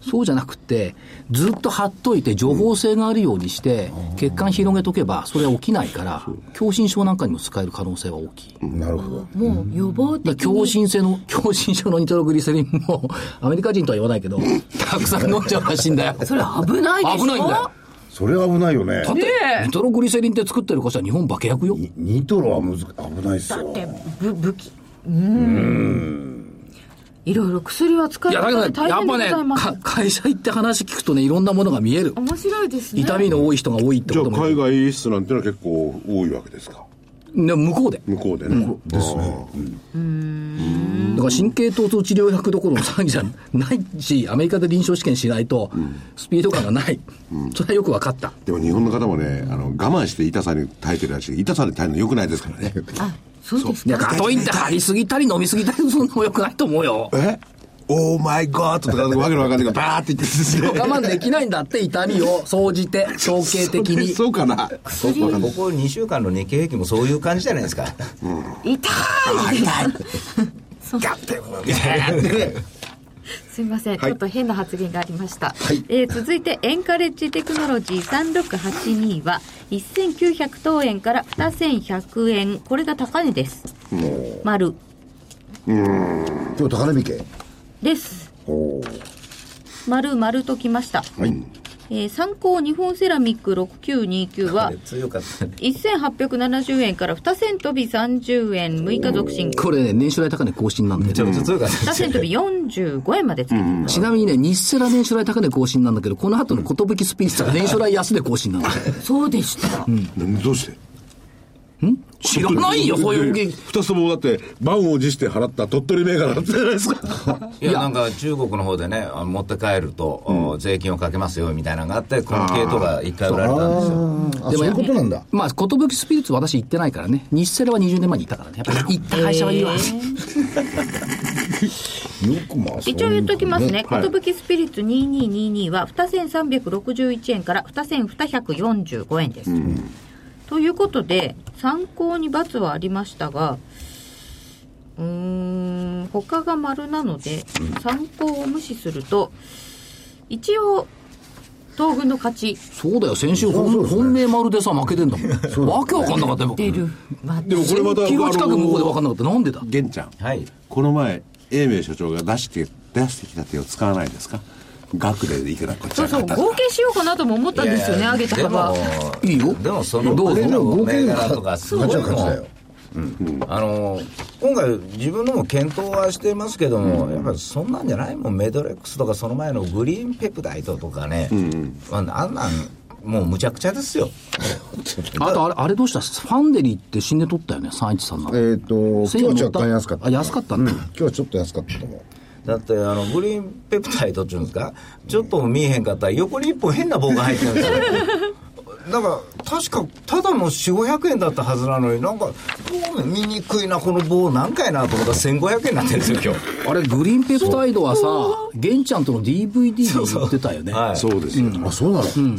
Speaker 1: そうじゃなくてずっと貼っといて情報性があるようにして、血管広げとけばそれは起きないから狭心症なんかにも使える可能性は大きい、
Speaker 8: なるほど。
Speaker 9: もう予防
Speaker 1: だ
Speaker 9: 的
Speaker 1: から狭心
Speaker 9: に。
Speaker 1: 性の、 *laughs* 狭心症のニトログリセリンも、 *laughs* アメリカ人とは言わないけど、たくさん飲んじゃうらしいんだよ。
Speaker 9: それ危ないでしょ
Speaker 1: 危ないんだよ。
Speaker 8: それは危ないよね
Speaker 1: だ。って、ニトログリセリンって作ってる会社は日本化け薬よ。
Speaker 8: ニニトロはむず危ないですよ。
Speaker 9: だって
Speaker 4: ぶ武器うんいろいろ薬は使
Speaker 1: い
Speaker 4: い
Speaker 1: や、だけど
Speaker 4: 方
Speaker 1: ね
Speaker 4: で大
Speaker 1: やっぱ
Speaker 4: 変でござ
Speaker 1: ね
Speaker 4: い、ます
Speaker 1: か会社行って話聞くとね、いろんなものが見える。
Speaker 9: 面白いですね。
Speaker 1: 痛みの多い人が多いって
Speaker 7: じゃ
Speaker 1: こ
Speaker 7: あ、
Speaker 1: とも。
Speaker 7: 海外輸出なんてのは結構多いわけですか。
Speaker 1: ね向こうで。
Speaker 7: 向こうでね。ですね。
Speaker 1: だから神経疼痛治療薬どころの騒ぎじゃない *laughs* し、アメリカで臨床試験しないと、スピード感がない。それはよく分かった。
Speaker 7: でも日本の方もね、あの、我慢して痛さに耐えてるらしい。痛さに耐えるの良くないですからね。
Speaker 9: そうです
Speaker 1: いや、
Speaker 9: か。
Speaker 1: かといって張りすぎたり飲みすぎたりするのもよくないと思うよ。
Speaker 7: えオーマイゴーとか、わけのわかんないから、バーって言っ
Speaker 1: *laughs*
Speaker 7: て
Speaker 1: 我慢できないんだって、痛みを総じて、統計的に。
Speaker 7: そうか
Speaker 5: こ
Speaker 7: な。
Speaker 5: こ2週間の日経平均もそういう感じじゃない *laughs* ですか。
Speaker 9: 痛い
Speaker 5: 痛い。ガッてこう。
Speaker 4: *laughs* すいません、
Speaker 7: はい
Speaker 4: ちょっと変な発言がありました、
Speaker 8: い
Speaker 4: えー続いてエンカレッジテクノロジー3682は1900等円から2100円これが高値です丸
Speaker 8: 今日高値引け
Speaker 4: です
Speaker 8: お
Speaker 4: 丸丸ときました、えー参考日本セラミック6929は
Speaker 5: 強かったね
Speaker 4: 1870円から2千飛び30円6日続進
Speaker 1: これね、年初来高値更新なんで、
Speaker 5: めちゃめちゃ強かっ
Speaker 4: 2
Speaker 5: た
Speaker 4: 千飛び45円までつけています
Speaker 1: ちなみにね、日セラ年初来高値更新なんだけど、この後の寿スピリッツは年初来安値更新なんだよ。
Speaker 9: そうでした。
Speaker 7: どうして
Speaker 1: 知らないよ、そういう現
Speaker 7: 二つともだって満を持して払った鳥取銘柄だったじゃないです
Speaker 5: *laughs*
Speaker 7: か
Speaker 5: いやなんか中国の方でねあの持って帰ると、お税金をかけますよみたいなのがあってこの系統が一回売られたんですよ
Speaker 8: あそういうことなんだ
Speaker 1: まあ、寿スピリッツ私行ってないからね。日セラは20年前に行ったからね。やっぱり行った会社はいいわ。
Speaker 8: よくまあそういう
Speaker 4: 一応言っときますね。
Speaker 7: はい
Speaker 4: 寿スピリッツ2222は2361円から2245円です。ということで、参考に×はありましたが、うーん、他が丸なので、参考を無視すると、一応、東軍の勝ち。
Speaker 1: そうだよ、先週本、本命丸でさ、負けてんだもん。わけわかんなかったよ。出る。
Speaker 7: でもこれまた
Speaker 1: キロ近く向こうでわかん
Speaker 7: な
Speaker 1: なかった。なんでだ
Speaker 7: 玄ちゃん
Speaker 5: はい
Speaker 7: この前英明所長が出して出してきた手を使わないですか額でいくらこっち
Speaker 4: そう
Speaker 7: は
Speaker 4: そう、
Speaker 7: 買ったと
Speaker 4: 合計しようかなとも思ったんですよね、上げた幅。
Speaker 1: いいよ
Speaker 5: でもその
Speaker 1: どうぞ
Speaker 5: これらの銘柄とかす
Speaker 8: 勝
Speaker 5: ごい
Speaker 8: ちは
Speaker 5: の
Speaker 8: 勝ちだよ
Speaker 5: あの今回自分のも検討はしてますけども、やっぱりそんなんじゃないもんメドレックスとかその前のグリーンペプタイドとかね、まあ、あんなんもうむちゃくちゃですよ
Speaker 1: あとあれ、あれどうしたファンデリーって新値取ったよね、313の。
Speaker 8: えっと
Speaker 1: 1000
Speaker 8: 今日は若干安かった
Speaker 1: あ、安かった
Speaker 8: うんん
Speaker 1: だ。
Speaker 8: 今日はちょっと安かったと思う
Speaker 5: だってあのグリーンペプタイドっていうんですかちょっとも見えへんかったら横に一本変な棒が入ってるんですよだから確かただの4500円だったはずなのになんかどう見にくいなこの棒何回なと思ったら1500円になってるんですよ今日
Speaker 1: あれ、グリーンペプタイドはさ、玄ちゃんとの DVD で言ってたよね。
Speaker 5: はい
Speaker 7: そうですよ、
Speaker 8: あそうなの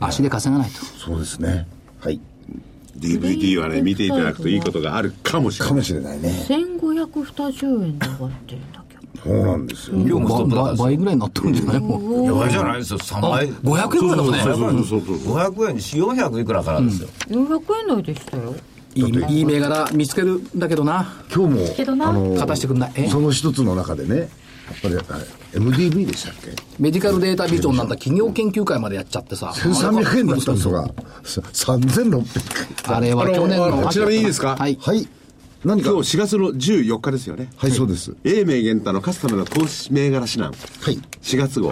Speaker 1: 足で稼がないと。
Speaker 8: そうですねはい
Speaker 7: DVD はね見ていただくといいことがあるかもしれ
Speaker 8: か
Speaker 7: ない
Speaker 8: もしれないね
Speaker 4: 1520円で上がってるんだけど。
Speaker 8: そうなんですよ
Speaker 5: 今日もストップだったん
Speaker 1: ば
Speaker 5: ですよ
Speaker 1: 倍ぐらいになってるんじゃないもう。
Speaker 5: いや倍じゃないですよ3倍
Speaker 1: 500円ぐらいだもんね。
Speaker 7: そうそう
Speaker 5: 500円に400いくらからですよ、
Speaker 4: 400円台でしたよ。
Speaker 1: いいいい銘柄見つけるんだけどな。
Speaker 8: 今日も
Speaker 4: けどな
Speaker 8: あの
Speaker 1: 勝たしてくんないえ
Speaker 8: その一つの中でねやっぱりあれ MDV でしたっけ
Speaker 1: メディカルデータビジョンなんだ企業研究会までやっちゃってさ。
Speaker 8: 1300円だったのがさ3600円
Speaker 1: あれは去年
Speaker 7: あのあ
Speaker 1: の
Speaker 7: のちなみにいいですか
Speaker 1: はい。
Speaker 8: はい何か
Speaker 7: 今日4月の14日ですよね
Speaker 8: はいそうです
Speaker 7: 英明源太の勝つための投資銘柄指南
Speaker 8: はい
Speaker 7: 4月号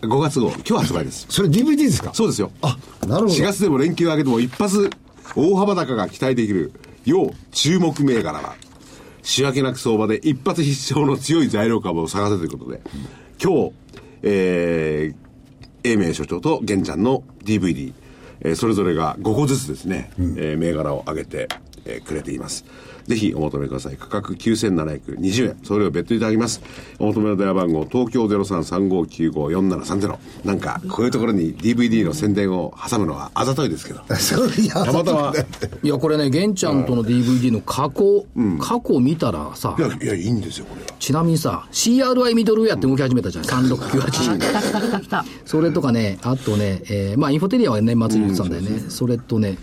Speaker 7: 5月号今日発売です
Speaker 8: それ DVD ですか
Speaker 7: そうですよあ
Speaker 8: なるほど
Speaker 7: 4月でも連休を上げても一発大幅高が期待できる要注目銘柄は仕分けなく相場で一発必勝の強い材料株を探せということで今日えー、英明所長と玄ちゃんの DVD、えーそれぞれが5個ずつですね、えー銘柄を上げて、えーくれていますぜひお求めください価格9720円それを別途いただきますお求めの電話番号東京0335954730なんかこういうところに DVD の宣伝を挟むのはあざといですけど
Speaker 8: そういや
Speaker 7: たま
Speaker 1: *laughs*
Speaker 7: たま *laughs*
Speaker 1: いや、これね、玄ちゃんとの DVD の過去、過去見たらさ
Speaker 7: い、やいやいいんですよこれは
Speaker 1: ちなみにさ、CRI ミドルウェアって動き始めたじゃん。
Speaker 4: 来
Speaker 1: 3698。
Speaker 4: た来た来た来た。
Speaker 1: それとかね、あとね、えーまあ、インフォテリアは年末に言ってたんだよね。それとね、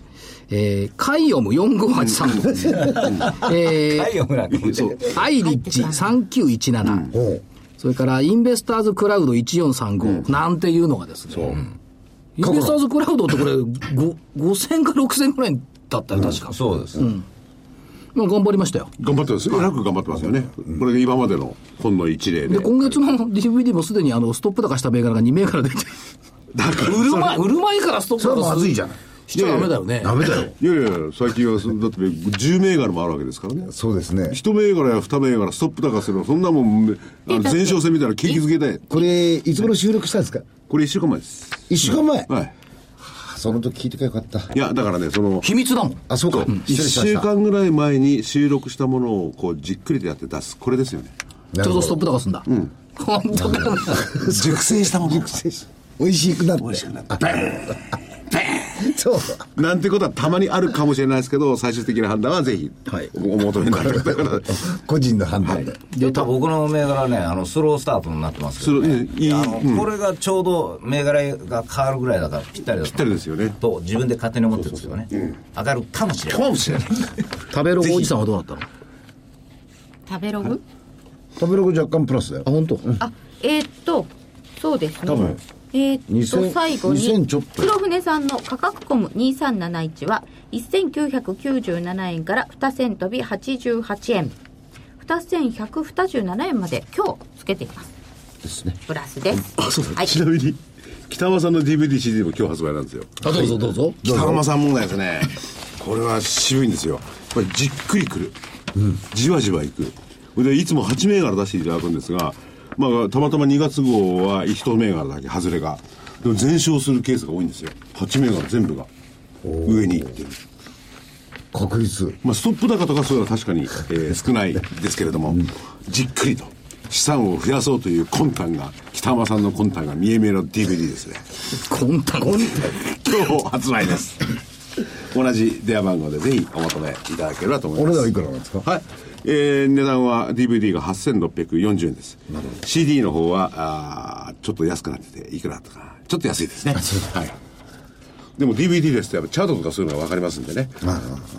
Speaker 1: えー、カイオム4583とかね、え
Speaker 5: はいよ
Speaker 1: ー、
Speaker 5: ほらそう
Speaker 1: アイリッチ3917、それからインベスターズクラウド1435なんていうのがですね、インベスターズクラウドってこれ、ご5000か6000ぐらいだったよ、確か。
Speaker 5: そうです、
Speaker 1: まあ頑張りましたよ。
Speaker 7: 頑張ってますよえらく頑張ってますよね、これが今までのほんの一例
Speaker 1: で、
Speaker 7: で
Speaker 1: 今月の DVD もすでにあの、ストップ高した銘柄が2銘柄出て、
Speaker 7: だから
Speaker 1: 売る前、売る前からストップ
Speaker 8: それ
Speaker 1: 高
Speaker 8: はまずいじゃ
Speaker 1: ん。
Speaker 8: ない
Speaker 1: しちゃダメだよね。
Speaker 8: ダメだよ
Speaker 7: いやいやいや最近はそだって10銘柄もあるわけですからね
Speaker 8: そうですね
Speaker 7: 一銘柄や二銘柄ストップ高するのそんなもんめあの前哨戦みたいな景気づけで
Speaker 8: これいつ頃収録したんですか
Speaker 7: これ一週間前です
Speaker 8: 1週間前
Speaker 7: はい
Speaker 8: あその時聞いてかよかった
Speaker 7: いやだからねその
Speaker 1: 秘密だもん。
Speaker 8: あそうか
Speaker 7: 一
Speaker 8: 失礼しまし
Speaker 7: 週
Speaker 8: た
Speaker 7: 間ぐらい前に収録したものをこうじっくりとやって出すこれですよね
Speaker 8: な
Speaker 1: ちょ
Speaker 8: る
Speaker 1: うど
Speaker 8: ほど
Speaker 1: ストップ高すんだ。うん。本当だよな。
Speaker 7: 熟成したもの
Speaker 8: 美味しくなって美味しくなって
Speaker 7: バーン
Speaker 8: そう。
Speaker 7: なんてことはたまにあるかもしれないですけど、最終的な判断はぜひ、
Speaker 8: はい
Speaker 7: お求めになる方々。
Speaker 8: 個人の判断で。
Speaker 5: で多分僕の銘柄ねあのスロースタートになってますけ
Speaker 7: そ
Speaker 5: ど、
Speaker 7: れね、いい、
Speaker 5: あのこれがちょうど銘柄が変わるぐらいだからぴったりだぴった
Speaker 7: りですよね
Speaker 5: と自分で勝手に思ってるんですけどね上がるかもしれない
Speaker 7: もしれない。
Speaker 1: 食べログおじさんはどうだったの
Speaker 4: 食べログ
Speaker 8: 食べログ若干プラスだよ
Speaker 1: あ。 *laughs* 本当。
Speaker 4: あえーっとそうですね
Speaker 8: 多分
Speaker 4: えーっと
Speaker 8: 2000
Speaker 4: 最後に
Speaker 8: 2000ちょっと
Speaker 4: 黒船さんの価格コム2371は1997円から2千飛び88円2127円まで今日つけています
Speaker 8: ですね。
Speaker 4: プラスです
Speaker 7: あ、そうだ、
Speaker 4: はい
Speaker 7: ちなみに、北浜さんの DVD、CD も今日発売なんですよ。
Speaker 1: あどうぞどうぞ。
Speaker 7: 北浜さん問題ですね。これは渋いんですよ。これじっくりくる。じわじわいく。で、いつも8銘柄出していただくんですが、まあ、たまたま2月号は1銘柄だけ外れが。でも全勝するケースが多いんですよ。8銘柄全部が上に行ってる。
Speaker 8: 確率。
Speaker 7: まあ、ストップ高とかそういうのは確かに、えー少ないですけれども、じっくりと資産を増やそうという魂胆が、北浜さんの魂胆が見え見えの DVD ですね。
Speaker 1: コンタコン
Speaker 7: 今日発売です。同じ電話番号でぜひお求めいただければと思い
Speaker 8: お
Speaker 7: ま
Speaker 8: 値
Speaker 7: す。
Speaker 8: 段いくらなんですか
Speaker 7: はい。えー値段は DVD が8640円です。CD の方は、あーちょっと安くなってて、いくらだったかな。ちょっと安いですね。はい。でも DVD ですとやっぱチャートとかそういうのが分かりますんでね。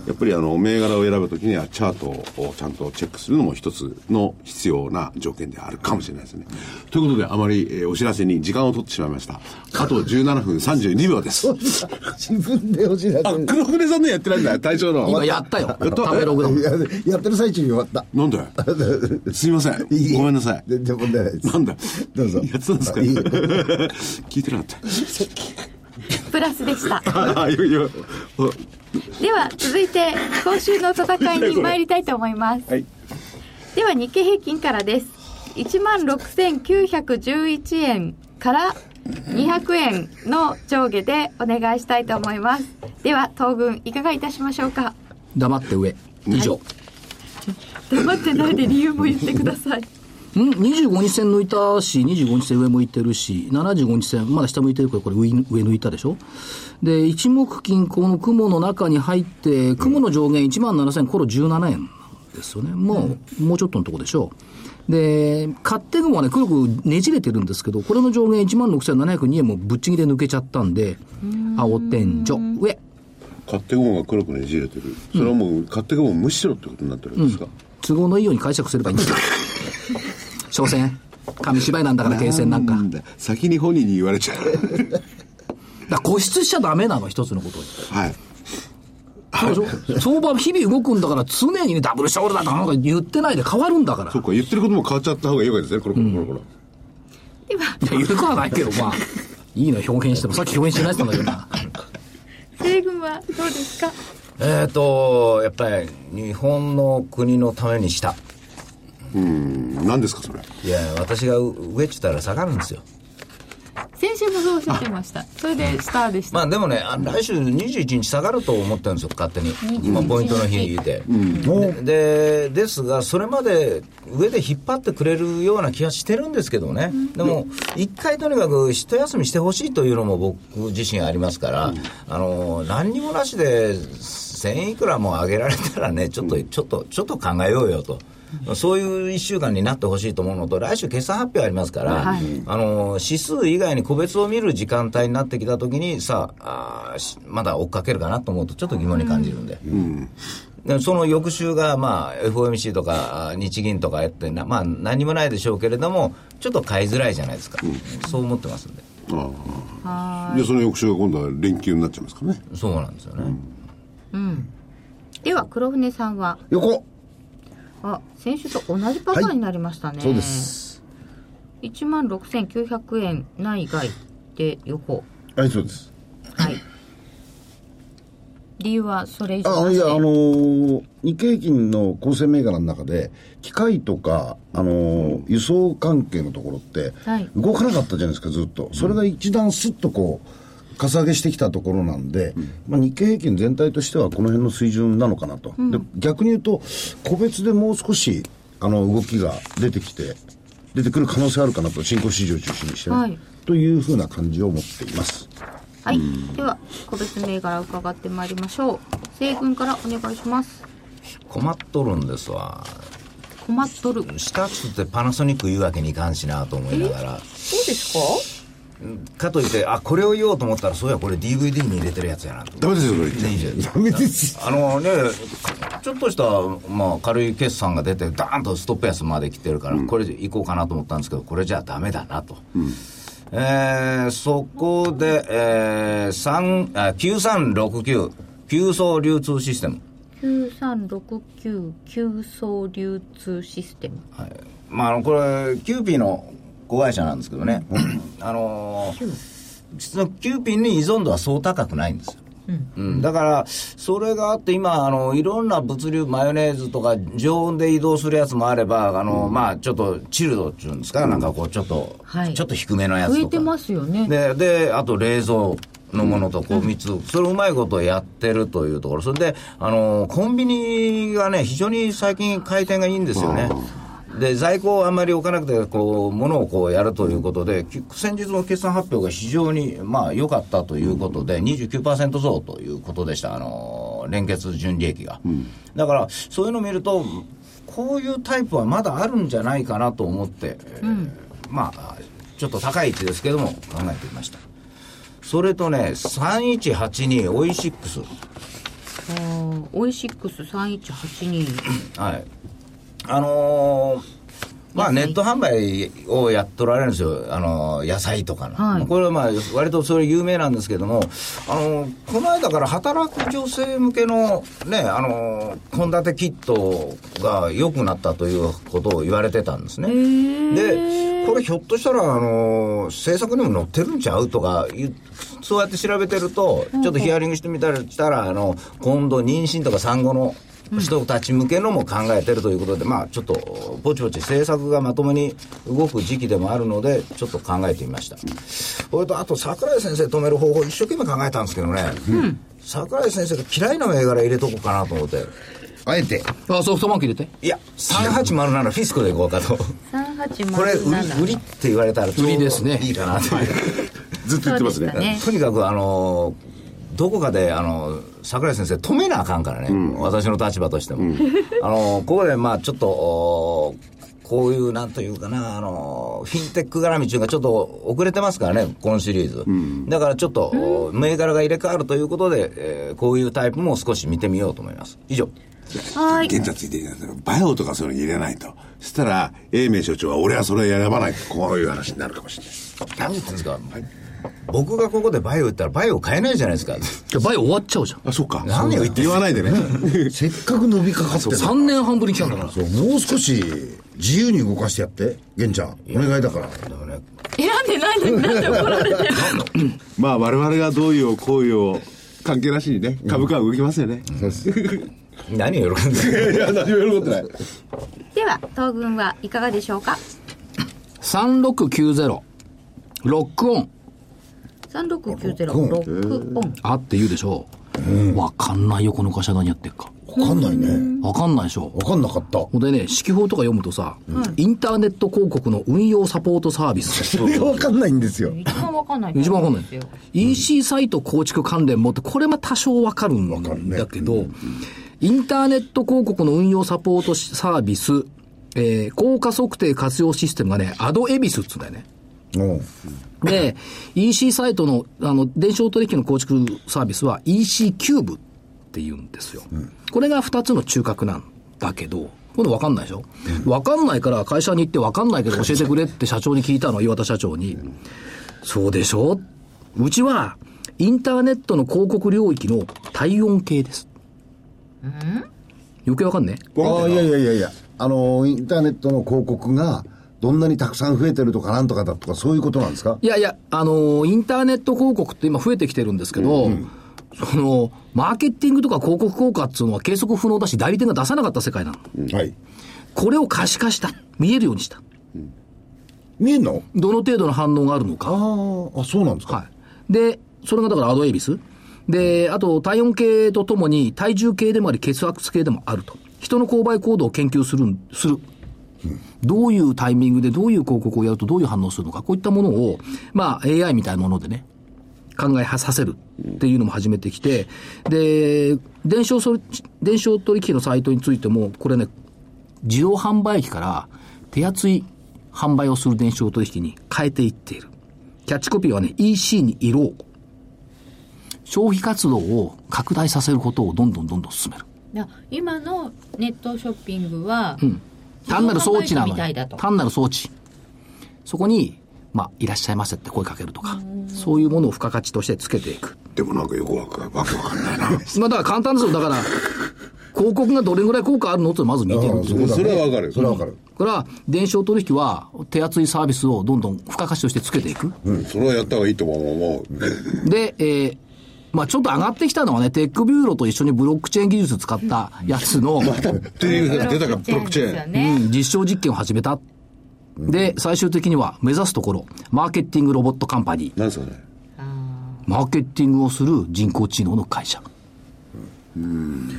Speaker 7: やっぱりあの、銘柄を選ぶときにはチャートをちゃんとチェックするのも一つの必要な条件であるかもしれないですね。ということで、あまり、えーお知らせに時間を取ってしまいました。あと17分32秒です。
Speaker 8: 自分でお知ら
Speaker 7: あ、
Speaker 8: せに
Speaker 7: 黒船さんのやってないんだよ、隊長の。
Speaker 1: 今やったよ。
Speaker 7: やった
Speaker 1: 食べログだもん。
Speaker 8: いややってる最中に終わった。
Speaker 7: なんだよ。すいません。
Speaker 8: いえ
Speaker 7: ごめんなさい。
Speaker 8: 全然問題ないです。
Speaker 7: なんだよ
Speaker 8: どうぞ。
Speaker 7: やってたんですか
Speaker 8: あいい
Speaker 7: 聞いてなかっ
Speaker 4: プラスでした
Speaker 7: た。あ、いやいや。お
Speaker 4: では続いて今週の戦いに参りたいと思います、
Speaker 7: はい
Speaker 4: では日経平均からです1万6911円から200円の上下でお願いしたいと思いますでは東軍いかがいたしましょうか
Speaker 1: 黙って上。以上。
Speaker 4: 黙ってないで理由も言ってください
Speaker 1: うん、25日線抜いたし、25日線上向いてるし、75日線、まだ下向いてるから、これ上に上抜いたでしょ。で、一目均衡の雲の中に入って、雲の上限1万7000、これ17円ですよね。もう、もうちょっとのとこでしょう。で、勝手雲はね、黒くねじれてるんですけど、これの上限1万6702円もぶっちぎりで抜けちゃったんで、青天井、上。
Speaker 7: 勝手雲が黒くねじれてる。それはもう、勝手雲を無視しろってことになってるんですか。
Speaker 1: 都合のいいように解釈すればいいんだ。 *laughs* 所詮、紙芝居なんだから、ゲーセンなんか。
Speaker 7: だ。先に本人に言われちゃう。 *laughs*
Speaker 1: だから固執しちゃダメなの、一つのことに。
Speaker 7: はい。
Speaker 1: そうでしょ相場は日々動くんだから、常にねダブルショールだとかなんか言ってないで変わるんだから。
Speaker 7: そっか、言ってることも変わっちゃった方がいいわけですね、これ、これ、これ、これ。
Speaker 1: いや言うことはないけど、まあ。いいの表現しても、さっき表現してないって言ったんだけどな。
Speaker 4: 西軍はどうですか
Speaker 5: えっ、ー、とやっぱり日本の国のためにした
Speaker 7: うん何ですか、それ。
Speaker 5: いや私が上っちゅったら下がるんですよ
Speaker 9: 先週もそうおっしゃってましたそれでスターでした、
Speaker 5: まあでもねあ来週21日下がると思ってるんですよ勝手に今ポイントの日で、ででですがそれまで上で引っ張ってくれるような気がしてるんですけどね、でも一回とにかく一休みしてほしいというのも僕自身ありますから、あの何にもなしで1000いくらも上げられたらねちょっと、ちょっとちょっと考えようよと。そういう1週間になってほしいと思うのと、来週、決算発表ありますから、あの指数以外に個別を見る時間帯になってきたときに、さああーしまだ追っかけるかなと思うと、ちょっと疑問に感じるんで。でその翌週が、まあ、FOMC とかあ日銀とかやってな、まあ、何もないでしょうけれども、ちょっと買いづらいじゃないですか、そう思ってますんで、
Speaker 7: ああ。で、その翌週が今度は連休になっちゃいますからね。
Speaker 5: そうなんですよね。
Speaker 4: では黒船さんは
Speaker 8: 横
Speaker 4: あ先週と同じパターンになりましたね、
Speaker 8: そうです。
Speaker 4: 1万6900円内外で横
Speaker 8: はい、そうです。
Speaker 4: はい。理由はそれ以上
Speaker 8: あ、いや、あのー日経平均の構成銘柄の中で、機械とか、あのー輸送関係のところって
Speaker 4: はい、
Speaker 8: 動かなかったじゃないですか、ずっと。それが一段スッとこう、かさ上げしてきたところなんで、まあ、日経平均全体としてはこの辺の水準なのかなと。で逆に言うと、個別でもう少し、あの、動きが出てきて、出てくる可能性あるかなと、新興市場を中心にしてね、
Speaker 4: はい
Speaker 8: *laughs* というふうな感じを持っています。
Speaker 4: はい、では個別銘柄伺ってまいりましょう西軍からお願いします
Speaker 5: 困っとるんですわ
Speaker 4: 困っとる
Speaker 5: 下つってパナソニック言うわけにいかんしなと思いながら
Speaker 4: そうですか
Speaker 5: かといってあこれを言おうと思ったらそういやこれ DVD に入れてるやつやなと
Speaker 7: ダメですよ、これ。
Speaker 5: いいじゃん
Speaker 8: ダメです
Speaker 5: あのねちょっとした、まあ、軽い決算が出てダーンとストップ安まで来てるから、これで行こうかなと思ったんですけどこれじゃダメだなと、えーそこで、えー、三あ9369急送流通システム
Speaker 4: 9369急送流通システム
Speaker 5: まあ、あのこれキューピーの子会社なんですけどねあのー実はキューピーに依存度はそう高くないんですよ、うんだから、それがあって、今あの、いろんな物流、マヨネーズとか、常温で移動するやつもあれば、あのまあ、ちょっとチルドっていうんですか、なんかこう、ちょっと、
Speaker 4: はい
Speaker 5: ちょっと低めのやつとか、
Speaker 9: 増えてますよね
Speaker 5: でであと冷蔵のものとこう3つ、それをうまいことやってるというところそれであのコンビニがね非常に最近回転がいいんですよねで在庫をあんまり置かなくてこう物をこうやるということでき先日の決算発表が非常にまあ良かったということで29%増ということでしたあの連結純利益が、だからそういうのを見るとこういうタイプはまだあるんじゃないかなと思って、えーまあちょっと高い位置ですけども考えてみましたそれとね3182オイシックス
Speaker 4: オイシックス3182
Speaker 5: はいあのーまあ、ネット販売をやっとられるんですよ、あのー野菜とかの、
Speaker 4: はい
Speaker 5: これはまあ割とそれ有名なんですけども、あのーこの間から働く女性向けのね、あのー献立キットが良くなったということを言われてたんですね。で、これひょっとしたら、あのー政策にも載ってるんちゃうとか言う、そうやって調べてると、ちょっとヒアリングしてみたりしたら、あの今度、妊娠とか産後の人たち向けのも考えてるということで、まあ、ちょっとぼちぼち政策がまともに動く時期でもあるので、ちょっと考えてみました。それと、あと桜井先生止める方法、一生懸命考えたんですけどね、桜井先生が嫌いな銘柄入れとこうかなと思って、あえて、
Speaker 1: あ、ソフトバンク入れて。
Speaker 5: いや、3807フィスコでいこうかと。
Speaker 4: 3807
Speaker 5: これ売り、売りって言われたらちょうど
Speaker 1: 売りですね
Speaker 5: いいかなという。
Speaker 7: ずっと言ってますね
Speaker 4: そう。で
Speaker 5: とにかくあのどこかであの桜井先生止めなあかんからね、私の立場としても、あのここでまあちょっとおこういうなんというかなあのフィンテック絡み中がちょっと遅れてますからねこのシリーズ、だからちょっと、お銘柄が入れ替わるということで、えーこういうタイプも少し見てみようと思います以上
Speaker 4: はい
Speaker 7: 現在ついていないんだけどバイオとかそういうの入れないと。そしたら、英明所長は俺はそれ選ばない。こういう話になるかもしれない。
Speaker 5: 何言ってんですか、僕がここでバイオ売ったらバイオ買えないじゃないですか *laughs*
Speaker 1: じゃあ、バイオ終わっちゃうじゃん。
Speaker 7: あ、そっか。
Speaker 5: 何を言って
Speaker 7: 言わないでね。
Speaker 8: せっかく伸びかかってる
Speaker 1: 3年半ぶりに来たんだから。
Speaker 8: そうもう少し自由に動かしてやって玄ちゃんお願いだから
Speaker 5: でもね
Speaker 9: 選んでないのになんで怒られてる
Speaker 7: *laughs* まあ、我々がどういう行為を関係なしにね、株価は動きますよね。 *laughs*
Speaker 5: 何を喜んでる
Speaker 7: いや、何もやることない。
Speaker 4: では東軍はいかがでしょうか
Speaker 1: 3690。ロックオン。
Speaker 4: 3690ロックオン
Speaker 1: あって言うでしょう。わかんないよ、この会社何やってっか。
Speaker 8: 分かんないね
Speaker 1: わかんないでしょ。
Speaker 8: 分かんなかった
Speaker 1: ほんでね、式法とか読むとさ、インターネット広告の運用サポートサービス。
Speaker 8: それが分かんないんですよ
Speaker 4: 一番わかんない
Speaker 1: 一番わかんない
Speaker 4: ですよ。
Speaker 1: EC サイト構築関連もって、これは多少わかるんだけど、インターネット広告の運用サポートしサービス、えー効果測定活用システムがね、アドエビスっつうんだよね。
Speaker 8: うん
Speaker 1: で、EC サイトの、あの、電商取引の構築サービスは EC キューブって言うんですよ。これが2つの中核なんだけど、これ分かんないでしょ分かんないから会社に行って分かんないけど教えてくれって社長に聞いたの、岩田社長に。そうでしょうちは、インターネットの広告領域の体温計です。余計分かんね
Speaker 8: ああいやいやいやいやあのインターネットの広告がどんなにたくさん増えてるとかなんとかだとかそういうことなんですか
Speaker 1: いやいや、あのーインターネット広告って今増えてきてるんですけど、その、マーケティングとか広告効果っていうのは計測不能だし、代理店が出さなかった世界なの。
Speaker 8: はい
Speaker 1: これを可視化した。見えるようにした。
Speaker 8: 見えんの
Speaker 1: どの程度の反応があるのか。
Speaker 8: あああそうなんですか、
Speaker 1: はい。で、それがだからアドエビス。で、あと体温計とともに体重計でもあり血圧計でもあると。人の購買行動を研究するん、する。どういうタイミングでどういう広告をやるとどういう反応するのか、こういったものを、まあ AI みたいなものでね、考えさせるっていうのも始めてきて、で、電商そ、電商取引のサイトについても、これね、自動販売機から手厚い販売をする電商取引に変えていっている。キャッチコピーはね、EC に色を。消費活動を拡大させることをどんどんどんどん進める。
Speaker 4: や今のネットショッピングは、
Speaker 1: 単なる装置な
Speaker 4: 自動販売機みた
Speaker 1: の
Speaker 4: い
Speaker 1: よ
Speaker 4: だと
Speaker 1: 単なる装置。そこに、まあ、いらっしゃいませって声かけるとか、そういうものを付加価値としてつけていく。
Speaker 7: でもなんかよくわかわけわかんないな。
Speaker 1: まあ、だから簡単ですよ。だから、 *laughs* 広告がどれぐらい効果あるのってまず見てるんですよ。
Speaker 6: うだね
Speaker 7: それはわかる。
Speaker 6: それはわかる。
Speaker 1: だから、電商取引は手厚いサービスをどんどん付加価値としてつけていく。
Speaker 7: うん、それはやった方がいいと思う。もう
Speaker 1: で、えーまあちょっと上がってきたのはね、テックビューロと一緒にブロックチェーン技術使ったやつの、
Speaker 7: っていうふうに出たから、ブロックチェ
Speaker 4: ですよ
Speaker 7: ーン。
Speaker 1: う
Speaker 4: ね、
Speaker 1: ん実証実験を始めた。で、最終的には目指すところ、マーケティングロボットカンパニー。
Speaker 7: 何ですかね。
Speaker 1: マーケティングをする人工知能の会社。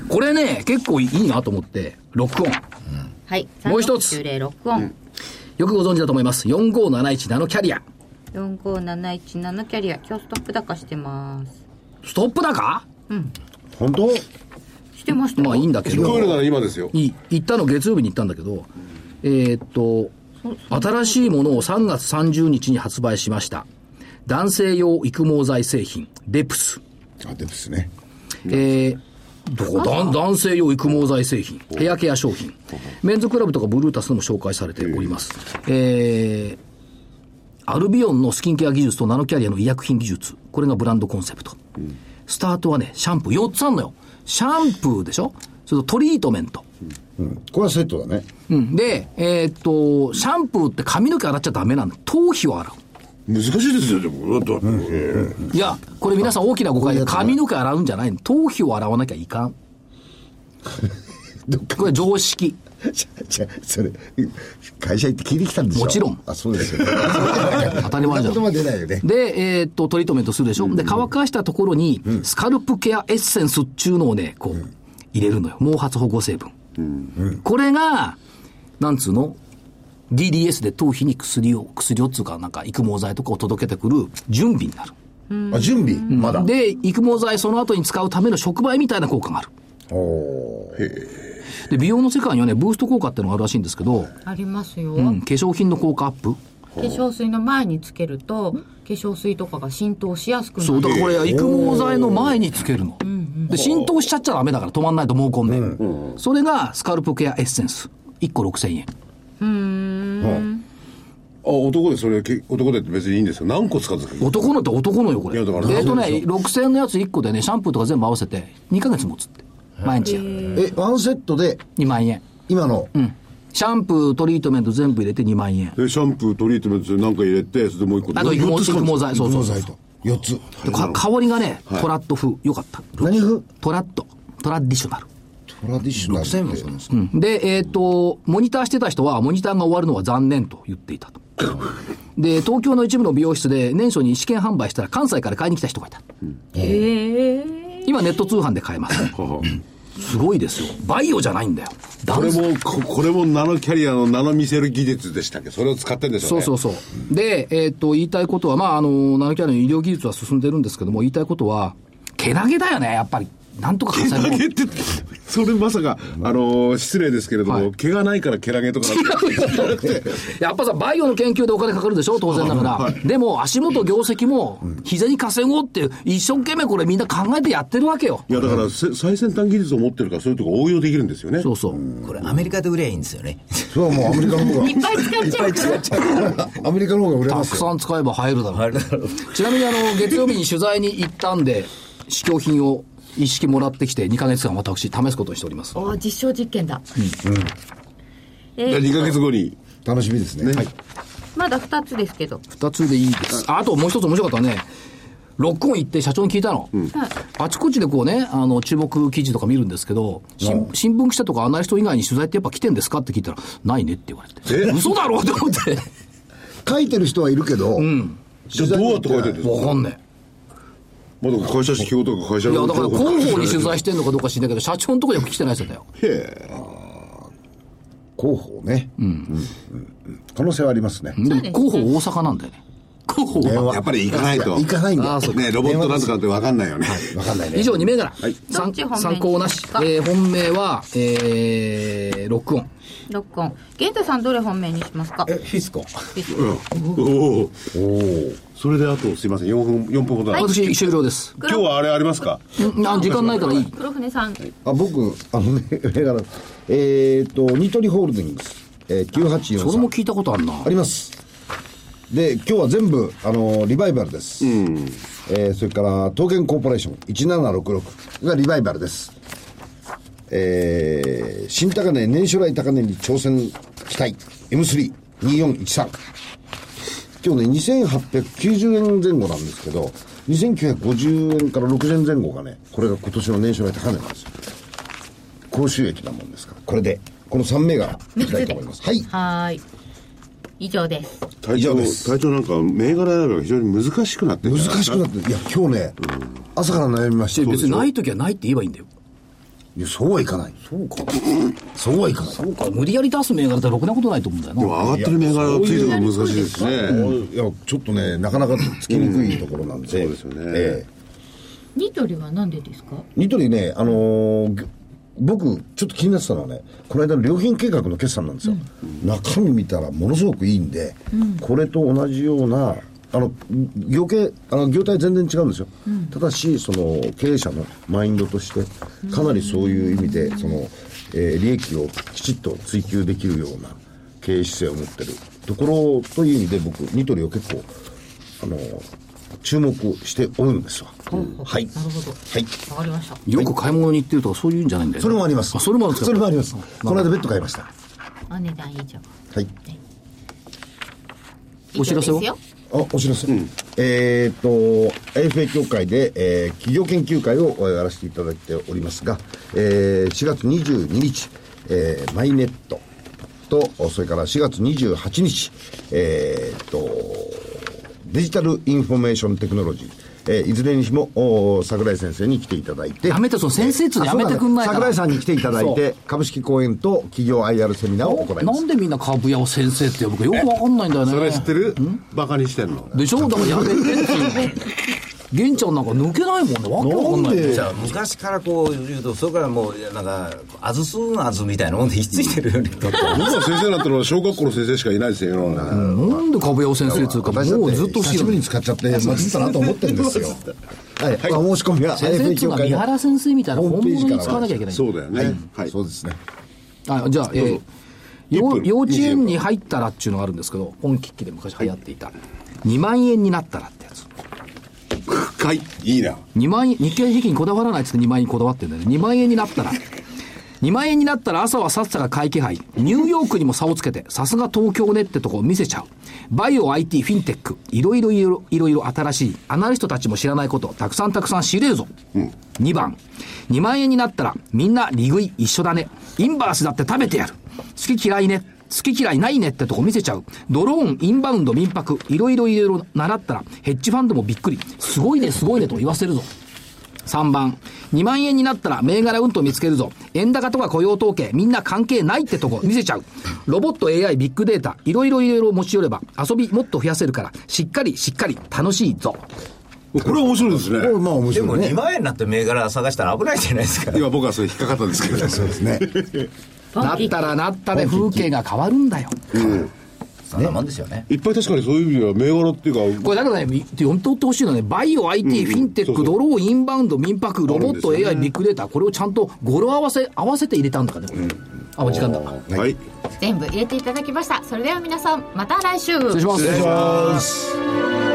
Speaker 1: これね、結構いいなと思って、ロックオン。
Speaker 4: はい
Speaker 1: もう一つ
Speaker 4: 3690録音、
Speaker 1: よくご存知だと思います。4571ナノキャリア。
Speaker 4: 45717キャリア今日ストップ高してます
Speaker 1: ストップ高
Speaker 8: 本当
Speaker 4: してましたよ
Speaker 1: まあいいんだけ
Speaker 7: 聞こえる
Speaker 1: ど、
Speaker 7: なら今ですよ。
Speaker 1: いい。行ったの月曜日に行ったんだけど、えーっと、新しいものを3月30日に発売しました。男性用育毛剤製品、デプス。
Speaker 6: あ、デプスね。
Speaker 1: えーどこだ男性用育毛剤製品、ヘアケア商品、メンズクラブとかブルータスでも紹介されております。えーアルビオンのスキンケア技術とナノキャリアの医薬品技術、これがブランドコンセプト。スタートはね、シャンプー4つあんのよ。シャンプーでしょそれとトリートメント。
Speaker 8: これはセットだね。
Speaker 1: うん。で、えーっと、シャンプーって髪の毛洗っちゃダメなんだ。頭皮を洗う。
Speaker 7: 難しいですよ、でも。だってええ
Speaker 1: いや、これ皆さん大きな誤解で、髪の毛洗うんじゃないの。頭皮を洗わなきゃい *laughs* かん。これ常識。
Speaker 8: *laughs* じゃ、じゃ、それ、会社行って聞いてきたんでしょ
Speaker 1: もちろん
Speaker 8: あ、そうですよ、 *laughs* ね。
Speaker 1: 当たり前じゃん
Speaker 8: そんなことは出ないよね。
Speaker 1: で、えーっと、トリートメントするでしょ、で、乾かしたところに、スカルプケアエッセンスっちゅうのをね、こう、入れるのよ。毛髪保護成分。これが、なんつうの ?DDS で頭皮に薬を、薬をっつうか、なんか育毛剤とかを届けてくる準備になる。
Speaker 8: あ、準備、まだ。
Speaker 1: で、育毛剤その後に使うための触媒みたいな効果がある。
Speaker 8: おー
Speaker 1: で、美容の世界にはね、ブースト効果ってのがあるらしいんですけど、
Speaker 4: ありますよ、
Speaker 1: うん、化粧品の効果アップ。
Speaker 4: 化粧水の前につけると化粧水とかが浸透しやすくなる
Speaker 1: そう、だからこれ、育毛剤の前につけるの。で、浸透しちゃっちゃダメだから、止まんないと毛根で。それが、スカルプケアエッセンス。1個6000円。
Speaker 7: あ、男でそれ、け男でって別にいいんですよ。何個使うんですか
Speaker 1: 男のって男のよ、これ。
Speaker 7: い
Speaker 1: え
Speaker 7: やだから
Speaker 1: っとね、6000円のやつ1個でね、シャンプーとか全部合わせて、2ヶ月持つって。毎日やる。
Speaker 8: え、ワンセットで、
Speaker 1: 2万円。
Speaker 8: 今の、
Speaker 1: うん。シャンプー、トリートメント全部入れて2万円。
Speaker 7: でシャンプー、トリートメント何か入れて、それでもう一個。
Speaker 1: あと育毛、育毛剤。そうそう
Speaker 8: 東
Speaker 1: そう
Speaker 8: 西。と。4つ。
Speaker 1: でか香りがね、トラッド風。よかった。
Speaker 8: 何風
Speaker 1: トラッド。トラディショナル。
Speaker 8: トラディショナルって。
Speaker 5: 6000もするんですか
Speaker 1: で、えっ、と、モニターしてた人は、モニターが終わるのは残念と言っていたと。で、東京の一部の美容室で年初に試験販売したら関西から買いに来た人がいた。今ネット通販で買え
Speaker 7: *laughs*
Speaker 1: ます。すごいですよ。バイオじゃないんだよ。
Speaker 7: こ
Speaker 1: ダ
Speaker 7: れ
Speaker 1: ンス
Speaker 7: も、ここれもナノキャリアのナノ見せる技術でしたっけそれを使ってんでしょ
Speaker 1: そう
Speaker 7: ね。
Speaker 1: そうそう。で、えっ、と、言いたいことは、まあ、あの、ナノキャリアの医療技術は進んでるんですけども、言いたいことは、けなげだよね、やっぱり。なんとか稼
Speaker 7: 毛
Speaker 1: ぐ
Speaker 7: 投げって、それまさか、あのー失礼ですけれども、
Speaker 1: はい
Speaker 7: 毛がないから毛投げとかなって
Speaker 1: *laughs* やっぱさ、バイオの研究でお金かかるでしょ、当然ながら。でも、足元業績も、膝に稼ごうって、一生懸命これみんな考えてやってるわけよ。
Speaker 7: いや、だから、せ最先端技術を持ってるから、そういうとこ応用できるんですよね。
Speaker 1: そうそう。
Speaker 5: これアメリカで売ればいいんですよね
Speaker 8: それはもうアメリカの方が。いっぱい使っちゃうから。アメリカの方が売れ
Speaker 1: た
Speaker 8: ま
Speaker 1: く
Speaker 8: すよ。
Speaker 1: さん使えば入るだろう。
Speaker 5: あれだろう
Speaker 1: ちなみに、あの、月曜日に取材に行ったんで、試供品を一式もらってきて、2ヶ月間私、試すことにしております。
Speaker 4: おー実証実験だ、
Speaker 7: じゃあ2ヶ月後に。
Speaker 8: 楽しみですね。はい。
Speaker 4: まだ2つですけど
Speaker 1: 2つでいいです。ああともう一つ面白かったね。ロックオン行って社長に聞いたの。あちこちでこうね、あの、注目記事とか見るんですけど、新新聞記者とかアナリスト以外に取材ってやっぱ来てんですかって聞いたら、ないねって言われて。嘘だろって思って。
Speaker 8: 書いてる人はいるけど、
Speaker 7: じゃあどうやって書いてるんです
Speaker 1: *laughs*
Speaker 7: か
Speaker 1: わかんね
Speaker 7: まだ会社指標とか会社
Speaker 1: え。いや、
Speaker 7: の
Speaker 1: だから
Speaker 7: 情報
Speaker 1: 広
Speaker 7: と
Speaker 1: 報に取材してんのかどうか知んないけど、社長のとこには来てない人だよ。
Speaker 7: へえ
Speaker 8: 広報ね。うん。うんうん可能性はありますね。
Speaker 1: でも広報大阪なんだよね。候補
Speaker 8: 電
Speaker 1: は
Speaker 8: 話
Speaker 7: やっぱり行かないと
Speaker 8: 行かないんだ
Speaker 1: あーそう
Speaker 7: ねロボットなんとか
Speaker 8: わ
Speaker 7: って分かんないよね。
Speaker 8: かんないね
Speaker 1: 以上2銘柄、
Speaker 4: どっ
Speaker 1: 参
Speaker 4: ち本命に
Speaker 1: 参考なし
Speaker 4: しますか
Speaker 1: えー本命はえー、ロックオン
Speaker 4: ロックオン。玄太さんどれ本命にしますか
Speaker 5: えフィスコ
Speaker 7: うんおお。それであとすいません4分4分ほどなんです
Speaker 1: 私終了です
Speaker 7: 今日はあれありますか。
Speaker 1: うんあ時間ないからいい
Speaker 4: 黒船さん。
Speaker 8: あ僕あのね *laughs* 銘柄えっとニトリホールディングス、えー、9843
Speaker 1: それも聞いたことあるな
Speaker 8: ありますで今日は全部あのリバイバルです、えーそれから東建コーポレーション1766がリバイバルですえー新高値年初来高値に挑戦期待 M32413 今日ね2890円前後なんですけど2950円から60円前後がねこれが今年の年初来高値なんですよ高収益なもんですからこれでこの3銘柄いきたいと思いますはい
Speaker 4: はーい。以上です。
Speaker 7: 体
Speaker 8: 以
Speaker 7: 調
Speaker 8: 上です
Speaker 7: 体調なんか銘柄選びが非常に難しくなってるんじゃない
Speaker 8: 難
Speaker 7: で
Speaker 8: し
Speaker 7: す
Speaker 8: く
Speaker 7: か
Speaker 8: なってるいや今日ね、朝から悩みまして
Speaker 1: 別にない時はないって言えばいいんだよ
Speaker 8: いやそうはいかないそうかそうはいかないそう
Speaker 1: 無理やり出す銘柄ってろくなことないと思うんだよ
Speaker 7: で
Speaker 1: な
Speaker 7: も上がってる銘柄をついてるのも難しいですしね。
Speaker 8: いやちょっとねなかなかつきにくいところなんで、
Speaker 7: うんそうですよね
Speaker 8: ええ
Speaker 4: *laughs* ニトリはなんでですか
Speaker 8: ニトリねあのーぎ僕ちょっと気になってたのはねこの間の良品計画の決算なんですよ、中身見たらものすごくいいんで、これと同じようなあの業界あの業態全然違うんですよ、ただしその経営者のマインドとしてかなりそういう意味でその、えー利益をきちっと追求できるような経営姿勢を持ってるところという意味で僕ニトリを結構あの注目しておるんですわ、はい
Speaker 4: なるほど。
Speaker 8: はい
Speaker 4: わかりました。
Speaker 1: よく買い物に行ってるとかそういうんじゃないんだよね
Speaker 8: それもあります。
Speaker 1: あそれもあるんですか
Speaker 8: それもあります。この間ベッド買いました。
Speaker 4: お値段以上。
Speaker 8: はい。
Speaker 1: お知らせは
Speaker 4: 以上ですよ
Speaker 8: あ、お知らせ。えーっと、AFA 協会で、えー企業研究会をやらせていただいておりますが、えー4月22日、えーマイネットと、それから4月28日、えーっと、デジタルインフォメーションテクノロジー、えーいずれにしも、おー桜井先生に来ていただいて、
Speaker 1: やめてその先生っつうの
Speaker 8: あ
Speaker 1: や
Speaker 8: そう
Speaker 1: めてくんないかな
Speaker 8: 桜井さんに来ていただい
Speaker 1: そ
Speaker 8: て、株式講演と企業 IR セミナーを行い
Speaker 1: な
Speaker 8: ま
Speaker 1: ん
Speaker 8: す。
Speaker 1: でみんな株屋を先生って呼ぶかよくわかんないんだよね
Speaker 7: それ知ってる？バカにしてんの。
Speaker 1: でしょだからやめてっていうの玄ちゃんなんか抜けないもんねわけわかんないよね
Speaker 5: *laughs* じゃあ昔からこう言うとそれからもういやなんかあずすんあずみたいなもんでひっついてるようにとって
Speaker 7: 僕は先生なんてのは小学校の先生しかいないですよ世の中に。
Speaker 1: なんで株屋を先生っつうかも
Speaker 8: 私だっ
Speaker 1: う
Speaker 8: て
Speaker 1: ずっと不
Speaker 8: 久し
Speaker 1: 思
Speaker 8: ぶ
Speaker 1: 議
Speaker 8: りに使っちゃってまずったなと思ってるんですよ *laughs* はい、まあ申し込みは
Speaker 1: 先生っ
Speaker 8: IFA
Speaker 1: つう
Speaker 8: 協
Speaker 1: のは
Speaker 8: 会
Speaker 1: 三
Speaker 8: の
Speaker 1: 原先生みたいな本物に使わなきゃ
Speaker 8: ゃ
Speaker 1: いけない
Speaker 7: そうだよね。はい。
Speaker 8: そうですね
Speaker 1: あじゃあ、えーよ
Speaker 7: 1分
Speaker 1: 幼稚園に入ったらっていうのがあるんですけど本喫記で昔流行っていた、2万円になったらってやつ
Speaker 7: 深いいいな。
Speaker 1: 2万円日経平均にこだわらないっつって2万円にこだわってるんだよね2万円になったら2万円になったら朝はさっさが買い気配ニューヨークにも差をつけてさすが東京ねってとこを見せちゃうバイオ IT フィンテックいろいろいろいろいろ新しいアナリストたちも知らないことたくさんたくさん知れるぞ、2番2万円になったらみんな利食い一緒だねインバースだって食べてやる好き嫌いね好き嫌いないねってとこ見せちゃう。ドローン、インバウンド、民泊、いろいろいろいろ習ったら、ヘッジファンドもびっくり。すごいね、すごいねと言わせるぞ。3番2万円になったら銘柄うんと見つけるぞ円高とか雇用統計みんな関係ないってとこ見せちゃうロボット AI ビッグデータいろいろいろいろ持ち寄れば遊びもっと増やせるからしっかりしっかり楽しいぞ
Speaker 7: これは面白いですね。
Speaker 8: これまあ *laughs* 面
Speaker 5: で
Speaker 8: 白
Speaker 5: も
Speaker 8: いね
Speaker 5: 2万円になって銘柄探したら危ないじゃないですか
Speaker 7: 今僕はそれ引っかかったんですけど。
Speaker 8: そうですね
Speaker 1: なったらなったで風景が変わるんだよ
Speaker 5: そんなもんですよね
Speaker 7: いっぱい確かにそういう意味では銘柄っていうか
Speaker 1: これだからねみ読み取ってほしいのはねバイオ IT、フィンテック
Speaker 7: そうそ
Speaker 1: ド
Speaker 7: う
Speaker 1: ローンインバウンド民泊ロボット、
Speaker 7: あるんですよね
Speaker 1: AI ビッグデータこれをちゃんと語呂合わせ合わせて入れたんだからね、あ時間だ
Speaker 7: はい。
Speaker 9: 全部入れていただきましたそれでは皆さんまた来週
Speaker 1: 失礼します
Speaker 7: 失礼します。